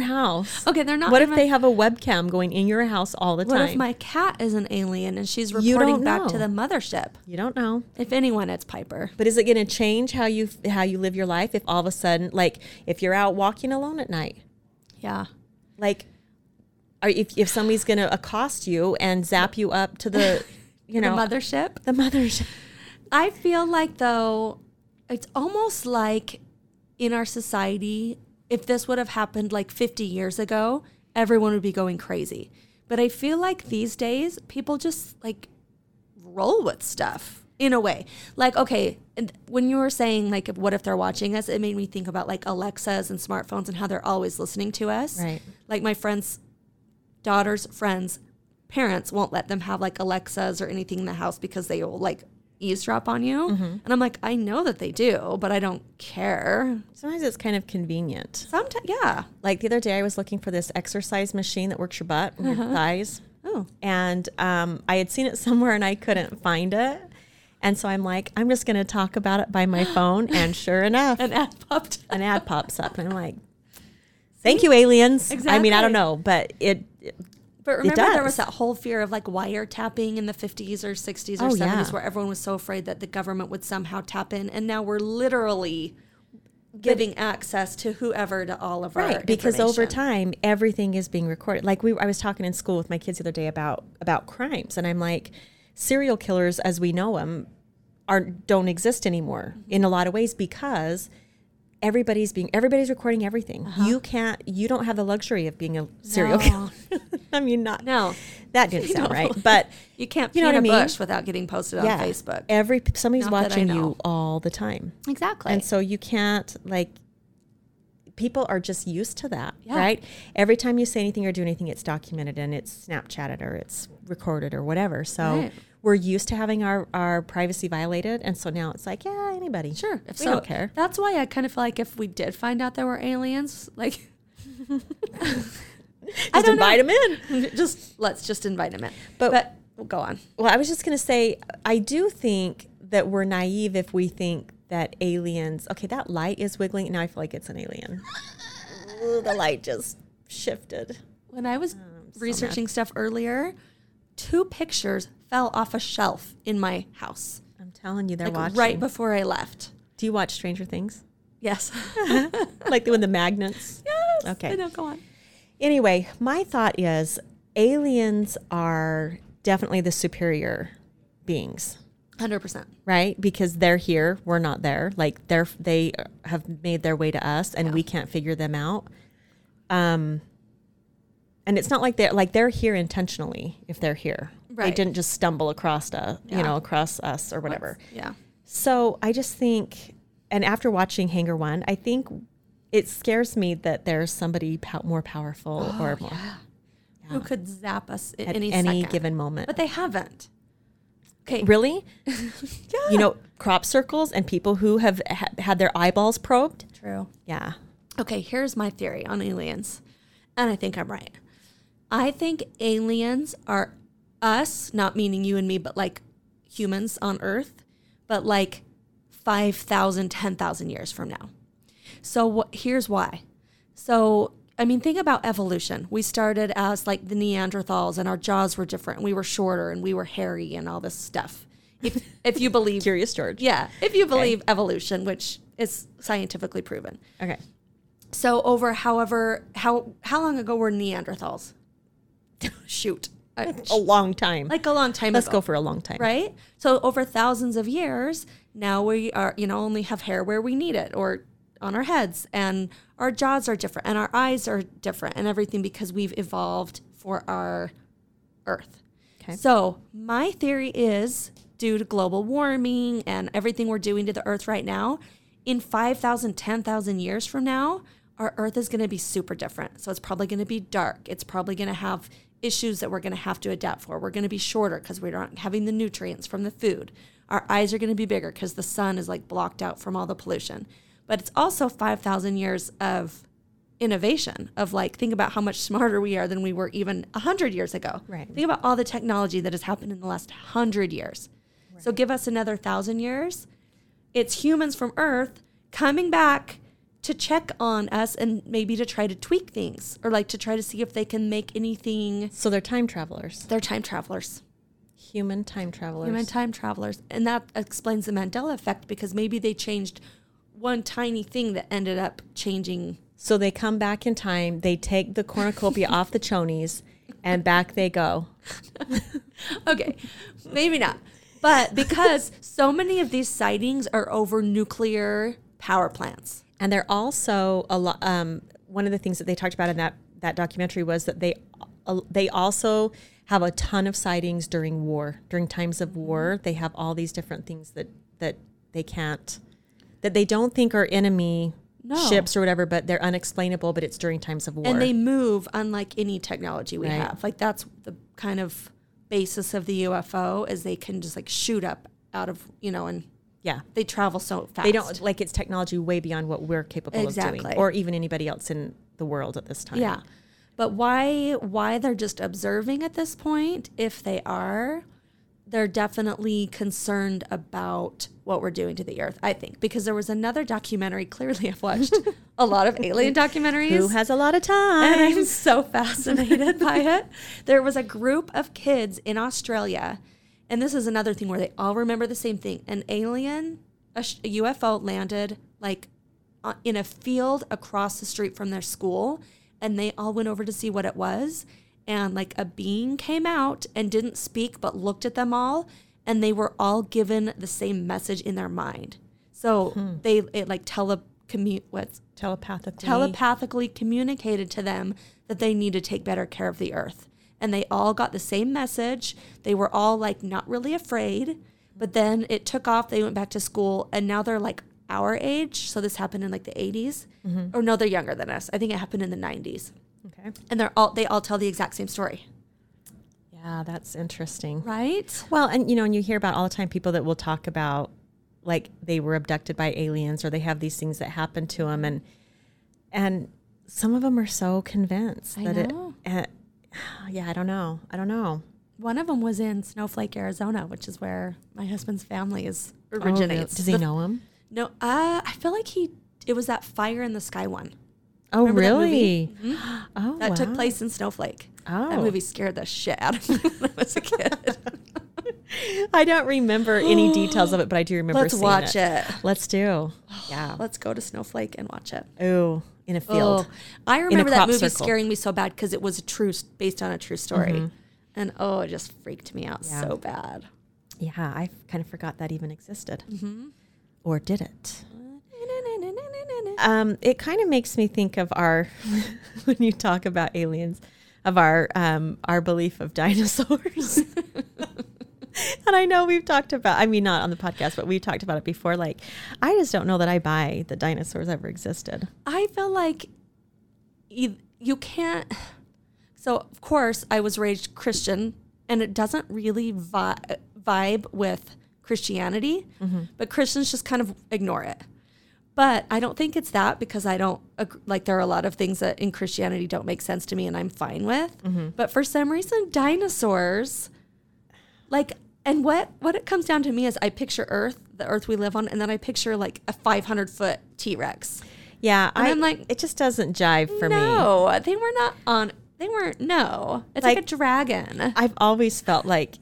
Speaker 3: house.
Speaker 1: Okay, they're not.
Speaker 3: What if
Speaker 1: even-
Speaker 3: they have a webcam going in your house all the
Speaker 1: What
Speaker 3: time?
Speaker 1: if my cat is an alien and she's
Speaker 3: You
Speaker 1: reporting
Speaker 3: don't
Speaker 1: back to
Speaker 3: know.
Speaker 1: the mothership?
Speaker 3: you don't know.
Speaker 1: If anyone, it's Piper.
Speaker 3: But is it going to change how you how you live your life if all of a sudden like if you're out walking alone at night?
Speaker 1: Yeah.
Speaker 3: Like are if if somebody's going to accost you and zap you up to the you know
Speaker 1: the mothership.
Speaker 3: the mothership.
Speaker 1: I feel like though, it's almost like in our society, if this would have happened like 50 years ago, everyone would be going crazy. But I feel like these days, people just like roll with stuff in a way. Like, okay, and when you were saying like, what if they're watching us? It made me think about like Alexas and smartphones and how they're always listening to us.
Speaker 3: Right.
Speaker 1: Like my friends daughter's friends' parents won't let them have like Alexas or anything in the house because they will like eavesdrop on you.
Speaker 3: Mm-hmm.
Speaker 1: And I'm like, I know that they do, but I don't care.
Speaker 3: Sometimes it's kind of convenient.
Speaker 1: Sometimes, yeah.
Speaker 3: Like the other day, I was looking for this exercise machine that works your butt and your thighs.
Speaker 1: Oh.
Speaker 3: And um, I had seen it somewhere and I couldn't find it. And so I'm like, I'm just going to talk about it by my phone. And sure enough,
Speaker 1: An ad popped.
Speaker 3: an ad pops up. And I'm like, thank you, aliens. I mean, I
Speaker 1: Exactly.
Speaker 3: don't know, but it,
Speaker 1: But remember, there
Speaker 3: does.
Speaker 1: was that whole fear of like wiretapping in the 50s or 60s or
Speaker 3: Oh,
Speaker 1: 70s
Speaker 3: yeah.
Speaker 1: where everyone was so afraid that the government would somehow tap in. And now we're literally giving access to whoever to all of our
Speaker 3: right because over
Speaker 1: information.
Speaker 3: time everything is being recorded like we i was talking in school with my kids the other day about about crimes and i'm like serial killers as we know them are don't exist anymore
Speaker 1: Mm-hmm.
Speaker 3: in a lot of ways because everybody's being everybody's recording everything you can't you don't have the luxury of being a serial
Speaker 1: Uh-huh. No.
Speaker 3: killer i mean not
Speaker 1: No.
Speaker 3: that didn't sound right but
Speaker 1: You can't
Speaker 3: You know
Speaker 1: plant
Speaker 3: what I
Speaker 1: a
Speaker 3: mean?
Speaker 1: bush without getting posted
Speaker 3: yeah
Speaker 1: on Facebook.
Speaker 3: every somebody's
Speaker 1: Not that I
Speaker 3: watching you
Speaker 1: know.
Speaker 3: all the time
Speaker 1: Exactly.
Speaker 3: and so you can't like people are just used to that,
Speaker 1: Yeah.
Speaker 3: right? Every time you say anything or do anything, it's documented and it's Snapchatted or it's recorded or whatever. So
Speaker 1: Right.
Speaker 3: we're used to having our, our privacy violated. And so now it's like, yeah, anybody.
Speaker 1: Sure. If
Speaker 3: we
Speaker 1: so,
Speaker 3: don't care.
Speaker 1: That's why I kind of feel like if we did find out there were aliens, like
Speaker 3: Just
Speaker 1: don't know.
Speaker 3: invite 'em in.
Speaker 1: just let's just invite them in.
Speaker 3: But,
Speaker 1: But go on.
Speaker 3: Well, I was just going to say, I do think that we're naive if we think that aliens, okay, that light is wiggling. Now I feel like it's an alien. Ooh, the light just shifted.
Speaker 1: When I was researching stuff earlier, two pictures fell off a shelf in my house
Speaker 3: I'm telling you, they're
Speaker 1: like
Speaker 3: watching.
Speaker 1: right before I left.
Speaker 3: do you watch Stranger Things?
Speaker 1: Yes.
Speaker 3: like the, when the magnets?
Speaker 1: yes.
Speaker 3: Okay.
Speaker 1: I know, go on.
Speaker 3: Anyway, my thought is aliens are definitely the superior beings.
Speaker 1: 100%.
Speaker 3: right because they're here we're not there like they're they have made their way to us and we can't figure them out um and it's not like they're like they're here intentionally if they're here they
Speaker 1: Right.
Speaker 3: didn't just stumble across a, you
Speaker 1: Yeah.
Speaker 3: know across us or whatever
Speaker 1: Yeah.
Speaker 3: so i just think and after watching hanger one i think it scares me that there's somebody pow- more powerful or more
Speaker 1: Who could zap us at, Oh,
Speaker 3: at
Speaker 1: any,
Speaker 3: any,
Speaker 1: second.
Speaker 3: given moment
Speaker 1: But they haven't. Okay.
Speaker 3: really you know crop circles and people who have ha- had their eyeballs probed
Speaker 1: True.
Speaker 3: yeah
Speaker 1: Okay, here's my theory on aliens. And I think I'm right. I think aliens are us, not meaning you and me, but like humans on Earth, but like 5,000, 10,000 years from now. So wh- here's why. So, I mean, think about evolution. We started as like the Neanderthals, and our jaws were different, and we were shorter, and we were hairy, and all this stuff. If, if you believe,
Speaker 3: curious george
Speaker 1: yeah, if you believe evolution, which is scientifically proven.
Speaker 3: okay
Speaker 1: So over however how how long ago were Neanderthals? Shoot, I-
Speaker 3: a long time
Speaker 1: like a long time
Speaker 3: let's
Speaker 1: ago,
Speaker 3: go for a long time
Speaker 1: right? So over thousands of years, now we are you know only have hair where we need it or on our heads, and our jaws are different, and our eyes are different, and everything because we've evolved for our Earth.
Speaker 3: Okay.
Speaker 1: So my theory is due to global warming and everything we're doing to the earth right now, in 5,000, 10,000 years from now, our earth is going to be super different. So it's probably going to be dark. It's probably going to have issues that we're going to have to adapt for. We're going to be shorter because we're not having the nutrients from the food. Our eyes are going to be bigger because the sun is like blocked out from all the pollution. But it's also 5,000 years of innovation of like think about how much smarter we are than we were even 100 years ago
Speaker 3: Right.
Speaker 1: think about all the technology that has happened in the last 100 years so give us another 1000 years it's humans from earth coming back to check on us and maybe to try to tweak things or like to try to see if they can make anything
Speaker 3: so they're time travelers
Speaker 1: they're time travelers
Speaker 3: human time travelers
Speaker 1: human time travelers and that explains the mandela effect because maybe they changed one tiny thing that ended up changing
Speaker 3: so they come back in time they take the cornucopia off the chonies and back they go
Speaker 1: okay, maybe not. But because so many of these sightings are over nuclear power plants.
Speaker 3: and they're also a lot um, one of the things that they talked about in that that documentary was that they uh, they also have a ton of sightings during war during times of
Speaker 1: Mm-hmm.
Speaker 3: war they have all these different things that that they can't that they don't think are enemy
Speaker 1: No.
Speaker 3: ships or whatever but they're unexplainable but it's during times of war
Speaker 1: And they move unlike any technology we
Speaker 3: Right.
Speaker 1: have. Like that's the kind of basis of the UFO is they can just like shoot up out of, you know, and
Speaker 3: yeah
Speaker 1: they travel so fast.
Speaker 3: they don't like it's technology way beyond what we're capable of
Speaker 1: Exactly.
Speaker 3: doing or even anybody else in the world at this time
Speaker 1: Yeah. But why why they're just observing at this point, if they are, they're definitely concerned about what we're doing to the earth, I think. Because there was another documentary, clearly I've watched a lot of alien documentaries.
Speaker 3: who has a lot of time
Speaker 1: and I'm so fascinated by it. There was a group of kids in Australia, and this is another thing where they all remember the same thing. An alien, a, sh- a UFO landed like uh, in a field across the street from their school, and they all went over to see what it was. And like a being came out and didn't speak, but looked at them all, and they were all given the same message in their mind. So they it like telecommute what's
Speaker 3: telepathically
Speaker 1: telepathically communicated to them that they need to take better care of the earth. And they all got the same message. They were all like not really afraid, but then it took off. They went back to school and now they're like our age. So this happened in like the 80s. Or no, they're younger than us. I think it happened in the 90s.
Speaker 3: okay
Speaker 1: And they're all they all tell the exact same story.
Speaker 3: yeah that's interesting
Speaker 1: Right?
Speaker 3: Well, and you know, and you hear about all the time people that will talk about like they were abducted by aliens or they have these things that happen to them, and and some of them are so convinced that eh,
Speaker 1: know.
Speaker 3: it. Uh, yeah, I don't know. I don't know.
Speaker 1: One of them was in Snowflake, Arizona, which is where my husband's family is Oh, originates.
Speaker 3: Oh, Does he
Speaker 1: The-
Speaker 3: know him?
Speaker 1: No, uh, I feel like he. It was that Fire in the Sky one
Speaker 3: Oh,
Speaker 1: Remember that
Speaker 3: really?
Speaker 1: movie? Mm-hmm.
Speaker 3: Oh,
Speaker 1: that took
Speaker 3: wow.
Speaker 1: place in Snowflake.
Speaker 3: Oh.
Speaker 1: That movie scared the shit out of me when I was a kid.
Speaker 3: I don't remember any details of it, but I do remember.
Speaker 1: Let's
Speaker 3: seeing
Speaker 1: watch
Speaker 3: it.
Speaker 1: it.
Speaker 3: Let's do. Yeah.
Speaker 1: Let's go to Snowflake and watch it.
Speaker 3: Oh, in a field.
Speaker 1: Oh, I remember that
Speaker 3: crop
Speaker 1: movie
Speaker 3: circle. Mm-hmm.
Speaker 1: scaring me so bad because it was a true, s- based on a true story, and oh, it just freaked me out so bad.
Speaker 3: Yeah, I kind of forgot that even existed,
Speaker 1: Mm-hmm.
Speaker 3: or did it? Um, it kind of makes me think of our when you talk about aliens, of our um, our belief of dinosaurs. and I know we've talked about. I mean, not on the podcast, but we've talked about it before. Like, I just don't know that I buy that dinosaurs ever existed.
Speaker 1: I feel like you, you can't. So, of course, I was raised Christian, and it doesn't really vi- vibe with Christianity, but Christians just kind of ignore it. But I don't think it's that because I don't ag- like there are a lot of things that in Christianity don't make sense to me and I'm fine with. But for some reason, dinosaurs, like, and what what it comes down to me is I picture Earth, the Earth we live on, and then I picture like a 500 foot T Rex.
Speaker 3: Yeah, I,
Speaker 1: I'm like,
Speaker 3: it just doesn't jive for me.
Speaker 1: no, they were not on. They weren't. No, it's like,
Speaker 3: Like-
Speaker 1: a dragon.
Speaker 3: I've always felt like,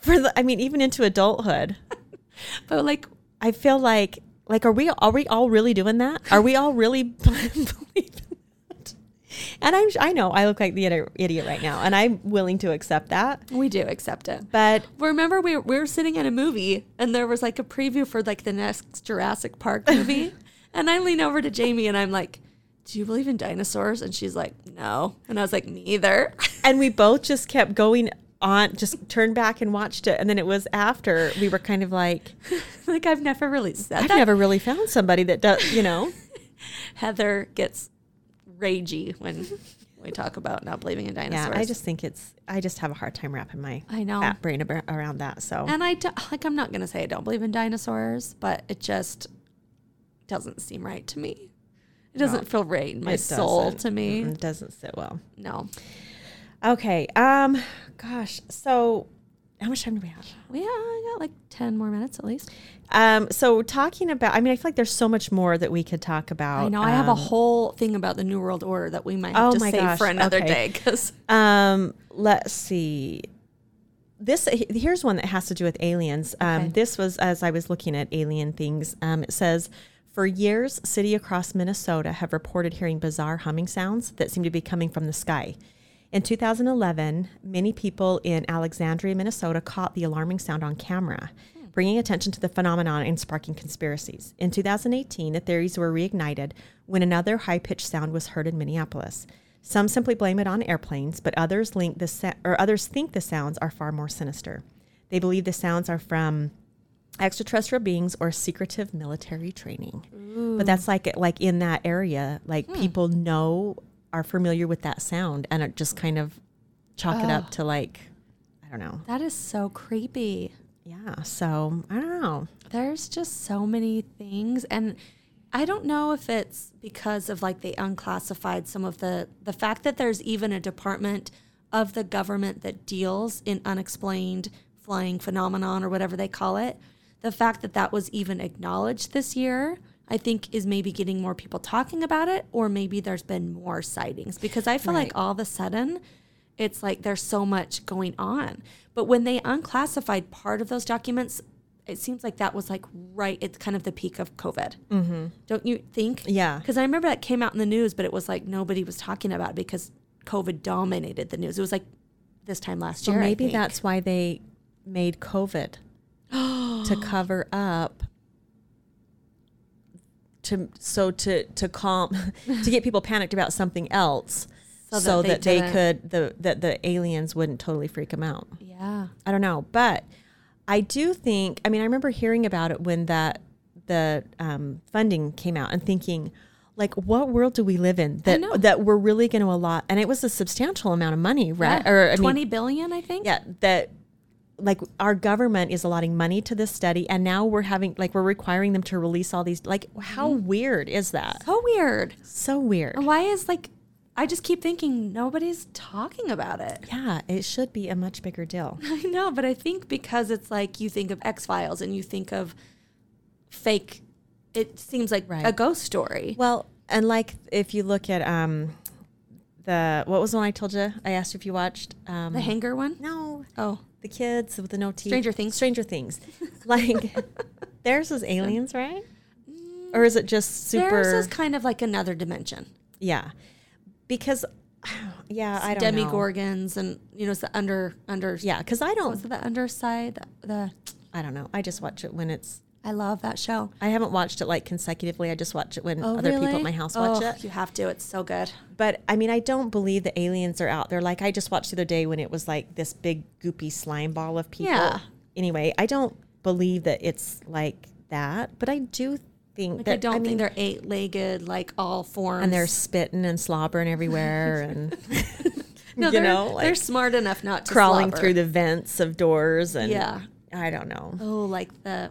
Speaker 3: for the, I mean, even into adulthood,
Speaker 1: But like,
Speaker 3: I feel like, like, are we are we all really doing that? Are we all really believing that? And I'm, I know I look like the idi- idiot right now, and I'm willing to accept that.
Speaker 1: we do accept it.
Speaker 3: But
Speaker 1: Remember, we we were sitting at a movie, and there was like a preview for like the next Jurassic Park movie, and I lean over to Jamie and I'm like, "Do you believe in dinosaurs?" And she's like, "No," and I was like, "Neither."
Speaker 3: and we both just kept going on, just turned back and watched it, and then it was after we were kind of like,
Speaker 1: like I've never really said
Speaker 3: I've
Speaker 1: that.
Speaker 3: never really found somebody that does, you know.
Speaker 1: Heather gets ragey when we talk about not believing in
Speaker 3: Yeah,
Speaker 1: dinosaurs.
Speaker 3: I just think it's. I just have a hard time wrapping my
Speaker 1: I know.
Speaker 3: fat brain abra- around that. So
Speaker 1: And I do, like I'm not going to say I don't believe in dinosaurs, but it just doesn't seem right to me. It doesn't feel right in my
Speaker 3: It
Speaker 1: soul
Speaker 3: doesn't.
Speaker 1: to me.
Speaker 3: Mm, it doesn't sit well.
Speaker 1: No.
Speaker 3: Okay. Um. Gosh. So, how much time do we have?
Speaker 1: Well, yeah, I got like 10 more minutes at least.
Speaker 3: Um. So talking about. I mean, I feel like there's so much more that we could talk about.
Speaker 1: I know I have a
Speaker 3: Um,
Speaker 1: whole thing about the New World Order that we might have
Speaker 3: Oh
Speaker 1: to
Speaker 3: my
Speaker 1: save
Speaker 3: gosh,
Speaker 1: for another
Speaker 3: okay.
Speaker 1: day because
Speaker 3: Um, let's see. This here's one that has to do with aliens. Um,
Speaker 1: Okay.
Speaker 3: This was as I was looking at alien things. Um, it says, for years, city across Minnesota have reported hearing bizarre humming sounds that seem to be coming from the sky. In 2011, many people in Alexandria, Minnesota, caught the alarming sound on camera, bringing attention to the phenomenon and sparking conspiracies. In 2018, the theories were reignited when another high-pitched sound was heard in Minneapolis. Some simply blame it on airplanes, but others link the sa- or others think the sounds are far more sinister. They believe the sounds are from extraterrestrial beings or secretive military training. But that's like like in that area, like people know are familiar with that sound and it just kind of chalk it up to like I don't know.
Speaker 1: that is so creepy.
Speaker 3: Yeah, so I don't know.
Speaker 1: There's just so many things and I don't know if it's because of like they unclassified some of the the fact that there's even a department of the government that deals in unexplained flying phenomenon or whatever they call it. The fact that that was even acknowledged this year, I think is maybe getting more people talking about it or maybe there's been more sightings because I feel like all of a sudden it's like there's so much going on. But when they unclassified part of those documents, it seems like that was like right, it's kind of the peak of COVID. Mm-hmm. Don't you think?
Speaker 3: Yeah.
Speaker 1: Because I remember that came out in the news, but it was like nobody was talking about it because COVID dominated the news. It was like this time last
Speaker 3: So
Speaker 1: year. I
Speaker 3: maybe
Speaker 1: think.
Speaker 3: that's why they made COVID to cover up to so to to calm to get people panicked about something else so
Speaker 1: So
Speaker 3: that,
Speaker 1: that
Speaker 3: they,
Speaker 1: they didn't-
Speaker 3: could the that the aliens wouldn't totally freak them out.
Speaker 1: Yeah.
Speaker 3: I don't know, but I do think. I mean, I remember hearing about it when that the um, funding came out and thinking, like, what world do we live in that
Speaker 1: know.
Speaker 3: that we're really going to allot? And it was a substantial amount of money, right?
Speaker 1: Yeah.
Speaker 3: Or I mean,
Speaker 1: twenty billion, I think.
Speaker 3: yeah, that like our government is allotting money to this study, and now we're having like we're requiring them to release all these. Like, how weird is that?
Speaker 1: Mm-hmm. So Oh weird.
Speaker 3: So weird.
Speaker 1: Why is like, I- I just keep thinking nobody's talking about it.
Speaker 3: Yeah, it should be a much bigger deal.
Speaker 1: I know, but I think because it's like you think of X Files and you think of fake, it seems like
Speaker 3: Right.
Speaker 1: a ghost story.
Speaker 3: Well, and like if you look at um, the what was the one I told you I asked you if you watched um,
Speaker 1: the Hanger one?
Speaker 3: No,
Speaker 1: Oh,
Speaker 3: the kids with the no teeth.
Speaker 1: Stranger Things?
Speaker 3: Stranger Things. like theirs was aliens, right? Or is it just super?
Speaker 1: Mm, theirs is kind of like another dimension.
Speaker 3: yeah, because yeah, I don't
Speaker 1: Demi
Speaker 3: know.
Speaker 1: gorgons and you know it's the under under
Speaker 3: Yeah, because I
Speaker 1: what's
Speaker 3: don't.
Speaker 1: the underside the
Speaker 3: I don't know. I just watch it when it's.
Speaker 1: I love that show.
Speaker 3: I haven't watched it like consecutively. I just watch it when other people at my house watch
Speaker 1: Oh,
Speaker 3: it.
Speaker 1: You have to. It's so good.
Speaker 3: Oh, But I mean, I don't believe the aliens are out there. Like I just watched the other day when it was like this big goopy slime ball of people.
Speaker 1: Yeah.
Speaker 3: Anyway, I don't believe that it's like that, but I do think
Speaker 1: Like
Speaker 3: that
Speaker 1: I don't
Speaker 3: mean,
Speaker 1: think they're eight legged, like all forms.
Speaker 3: and they're spitting and slobbering everywhere and
Speaker 1: no,
Speaker 3: you
Speaker 1: they're,
Speaker 3: know, like
Speaker 1: they're smart enough not to
Speaker 3: crawling
Speaker 1: slobber.
Speaker 3: through the vents of doors and
Speaker 1: Yeah.
Speaker 3: I don't know.
Speaker 1: Oh, like the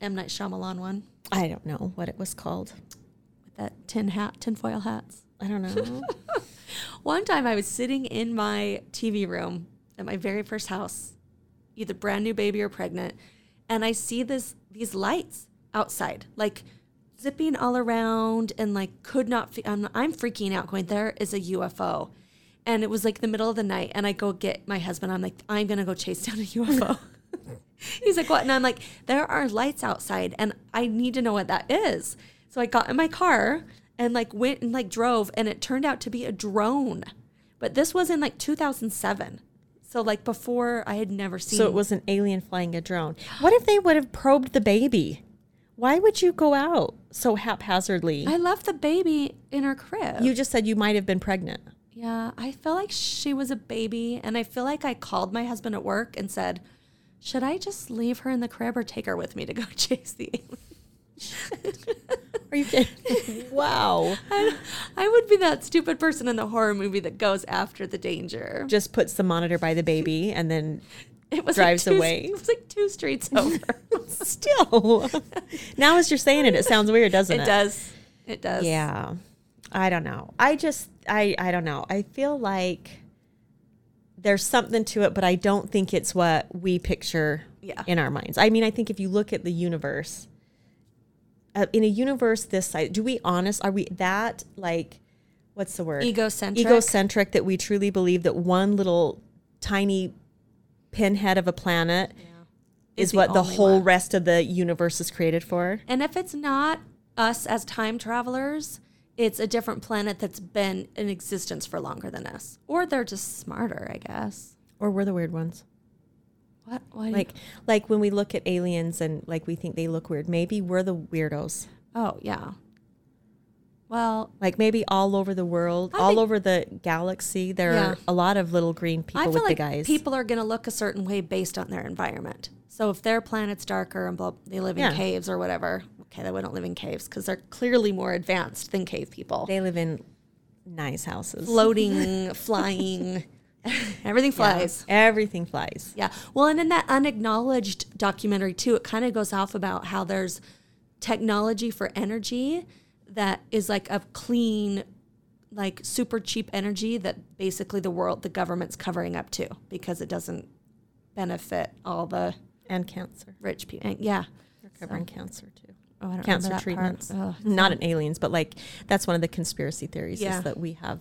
Speaker 1: M Night Shyamalan one
Speaker 3: I don't know what it was called.
Speaker 1: with that tin hat, tinfoil hats.
Speaker 3: I don't know.
Speaker 1: One time I was sitting in my TV room at my very first house, either brand new baby or pregnant, and I see this these lights outside, like zipping all around and like could not fe- I'm, I'm freaking out going there is a UFO. And it was like the middle of the night and I go get my husband I'm like I'm going to go chase down a UFO. He's like, what? And I'm like, there are lights outside, and I need to know what that is. So I got in my car and like went and like drove, and it turned out to be a drone. But this was in like 2007, so like before I had never seen.
Speaker 3: so it was an alien flying a drone. What if they would have probed the baby? Why would you go out so haphazardly?
Speaker 1: I left the baby in her crib.
Speaker 3: You just said you might have been pregnant.
Speaker 1: yeah, I feel like she was a baby, and I feel like I called my husband at work and said, "Should I just leave her in the crib or take her with me to go chase the alien?"
Speaker 3: Are you kidding? wow.
Speaker 1: I, I would be that stupid person in the horror movie that goes after the danger.
Speaker 3: Just puts the monitor by the baby and then
Speaker 1: It was
Speaker 3: drives
Speaker 1: like two,
Speaker 3: away.
Speaker 1: It was like two streets over.
Speaker 3: still. now, as you're saying it, it sounds weird, doesn't it?
Speaker 1: it does. It does.
Speaker 3: Yeah. I don't know. I just, I, I don't know. I feel like there's something to it, but I don't think it's what we picture
Speaker 1: Yeah.
Speaker 3: in our minds. I mean, I think if you look at the universe, uh, in a universe this size, do we honest, are we that like, what's the word?
Speaker 1: Egocentric.
Speaker 3: egocentric that we truly believe that one little tiny pinhead of a planet is,
Speaker 1: Is the
Speaker 3: what the
Speaker 1: only
Speaker 3: whole
Speaker 1: one.
Speaker 3: rest of the universe is created for.
Speaker 1: And if it's not us as time travelers, it's a different planet that's been in existence for longer than us, or they're just smarter, I guess.
Speaker 3: Or we're the weird ones.
Speaker 1: What? Why? do you-
Speaker 3: Like like when we look at aliens and like we think they look weird, maybe we're the weirdos.
Speaker 1: oh yeah. Well,
Speaker 3: Like maybe all over the world,
Speaker 1: I
Speaker 3: all
Speaker 1: think-
Speaker 3: over the galaxy, there
Speaker 1: Yeah.
Speaker 3: are a lot of little green
Speaker 1: I
Speaker 3: people
Speaker 1: feel
Speaker 3: with
Speaker 1: like
Speaker 3: big eyes.
Speaker 1: people are going to look a certain way based on their environment. So if their planet's darker and blah, they live in
Speaker 3: Yeah.
Speaker 1: caves or whatever. Okay, they wouldn't live in caves because they're clearly more advanced than cave people.
Speaker 3: they live in nice houses.
Speaker 1: Floating, flying, everything flies.
Speaker 3: Everything flies.
Speaker 1: Yeah. Well, and in that unacknowledged documentary too, it kind of goes off about how there's technology for energy that is like a clean, like super cheap energy that basically the world, the government's covering up to because it doesn't benefit all the
Speaker 3: And cancer.
Speaker 1: rich people. Yeah.
Speaker 3: They're covering cancer too.
Speaker 1: Oh, I don't remember
Speaker 3: cancer
Speaker 1: that
Speaker 3: treatments.
Speaker 1: Part. Ugh.
Speaker 3: Not in aliens, but like that's one of the conspiracy theories
Speaker 1: Yeah.
Speaker 3: is that we have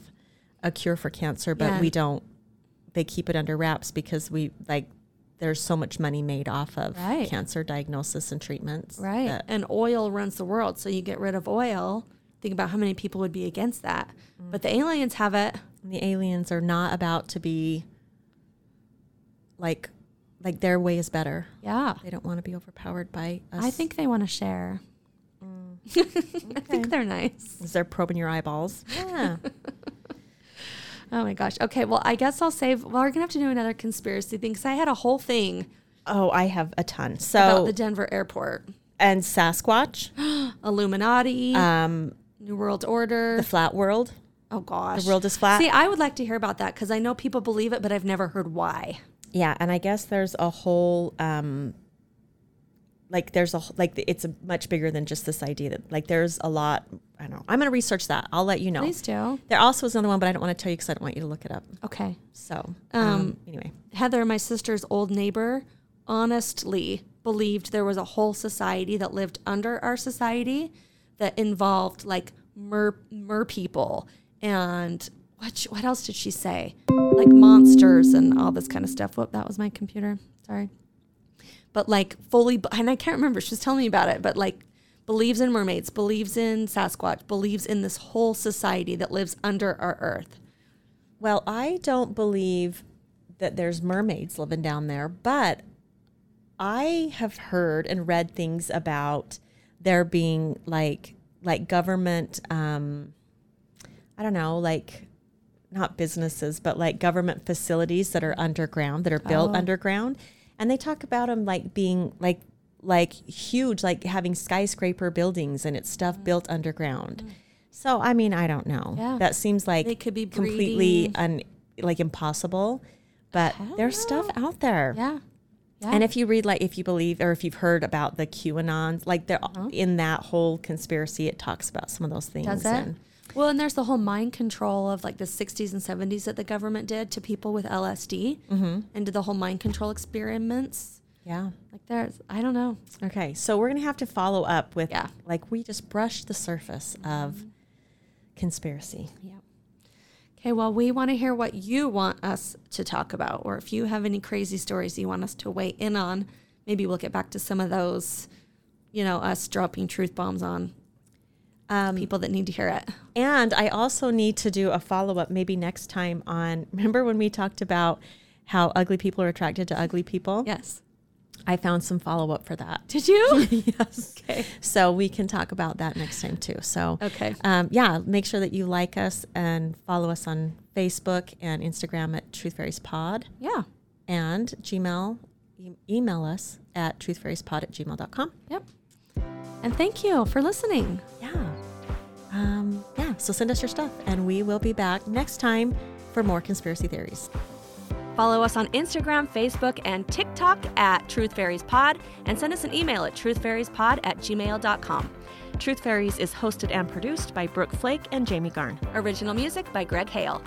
Speaker 3: a cure for cancer, but
Speaker 1: Yeah.
Speaker 3: we don't. They keep it under wraps because we like there's so much money made off of
Speaker 1: Right.
Speaker 3: cancer diagnosis and treatments.
Speaker 1: Right.
Speaker 3: that-
Speaker 1: and oil runs the world. So you get rid of oil. Think about how many people would be against that. But the aliens have it.
Speaker 3: and the aliens are not about to be like like their way is better.
Speaker 1: Yeah.
Speaker 3: They don't want to be overpowered by us.
Speaker 1: I think they want to share. Mm. I think they're nice.
Speaker 3: is they're probing your eyeballs. Yeah.
Speaker 1: Oh my gosh. Okay. Well, I guess I'll save. Well, we're gonna have to do another conspiracy thing because I had a whole thing
Speaker 3: oh, I have a ton.
Speaker 1: about
Speaker 3: So
Speaker 1: the Denver airport,
Speaker 3: and Sasquatch,
Speaker 1: Illuminati,
Speaker 3: um,
Speaker 1: New World
Speaker 3: the
Speaker 1: Order.
Speaker 3: flat world.
Speaker 1: Oh gosh.
Speaker 3: The world is flat.
Speaker 1: See, I would like to hear about that because I know people believe it, but I've never heard why.
Speaker 3: Yeah, and I guess there's a whole um, like there's a wh- like it's a much bigger than just this idea that like there's a lot. I don't know. I'm going to research that. I'll let you know.
Speaker 1: Please do.
Speaker 3: There also is another one, but I don't want to tell you because I don't want you to look it up.
Speaker 1: Okay.
Speaker 3: So
Speaker 1: Um,
Speaker 3: anyway,
Speaker 1: Heather, my sister's old neighbor, honestly believed there was a whole society that lived under our society that involved like mer mer people and what sh- what else did she say? Like monsters and all this kind of stuff. Whoop, that was my computer. Sorry. But like fully b- and I can't remember she was telling me about it, but like believes in mermaids, believes in Sasquatch, believes in this whole society that lives under our earth.
Speaker 3: well, I don't believe that there's mermaids living down there, but I have heard and read things about there being like like government. Um, I don't know, like not businesses, but like government facilities that are underground that are built underground, and they talk about them like being like like huge, like having skyscraper buildings and it's stuff built underground. So I mean, I don't know.
Speaker 1: Yeah.
Speaker 3: That seems like
Speaker 1: They could be
Speaker 3: completely
Speaker 1: breeding.
Speaker 3: un, like impossible, but
Speaker 1: don't
Speaker 3: there's stuff out there.
Speaker 1: Oh. Yeah. Yeah.
Speaker 3: And if you read, like, if you believe or if you've heard about the QAnons, like, they're in that whole conspiracy, it talks about some of those things.
Speaker 1: Uh-huh. Does it?
Speaker 3: and-
Speaker 1: Well, and there's the whole mind control of like the 60s and 70s that the government did to people with LSD and did the whole mind control experiments.
Speaker 3: yeah.
Speaker 1: Like there's, I don't know.
Speaker 3: Okay. So we're going to have to follow up with,
Speaker 1: Yeah. Mm-hmm.
Speaker 3: like, we just brushed the surface of conspiracy.
Speaker 1: Yeah. Okay. Well, we want to hear what you want us to talk about, or if you have any crazy stories you want us to weigh in on, maybe we'll get back to some of those, you know, us dropping truth bombs on people that need to hear it.
Speaker 3: And I also need to do a follow up maybe next time on, remember when we talked about how ugly people are attracted to ugly people?
Speaker 1: Yes.
Speaker 3: I found some follow up for that.
Speaker 1: Did you?
Speaker 3: yes.
Speaker 1: okay.
Speaker 3: So we can talk about that next time too. So
Speaker 1: Okay.
Speaker 3: um, yeah, make sure that you like us and follow us on Facebook and Instagram at Truth Fairies Pod
Speaker 1: Yeah.
Speaker 3: and Gmail. e- Email us at truthfairiespod at gmail.com.
Speaker 1: Yep. And thank you for listening.
Speaker 3: Yeah. Um, yeah. So send us your stuff and we will be back next time for more conspiracy theories.
Speaker 2: Follow us on Instagram, Facebook, and TikTok at Truth Fairies Pod, and send us an email at truthfairiespod at gmail.com. Truth Fairies is hosted and produced by Brooke Flake and Jamie Garn.
Speaker 1: Original music by Greg Hale.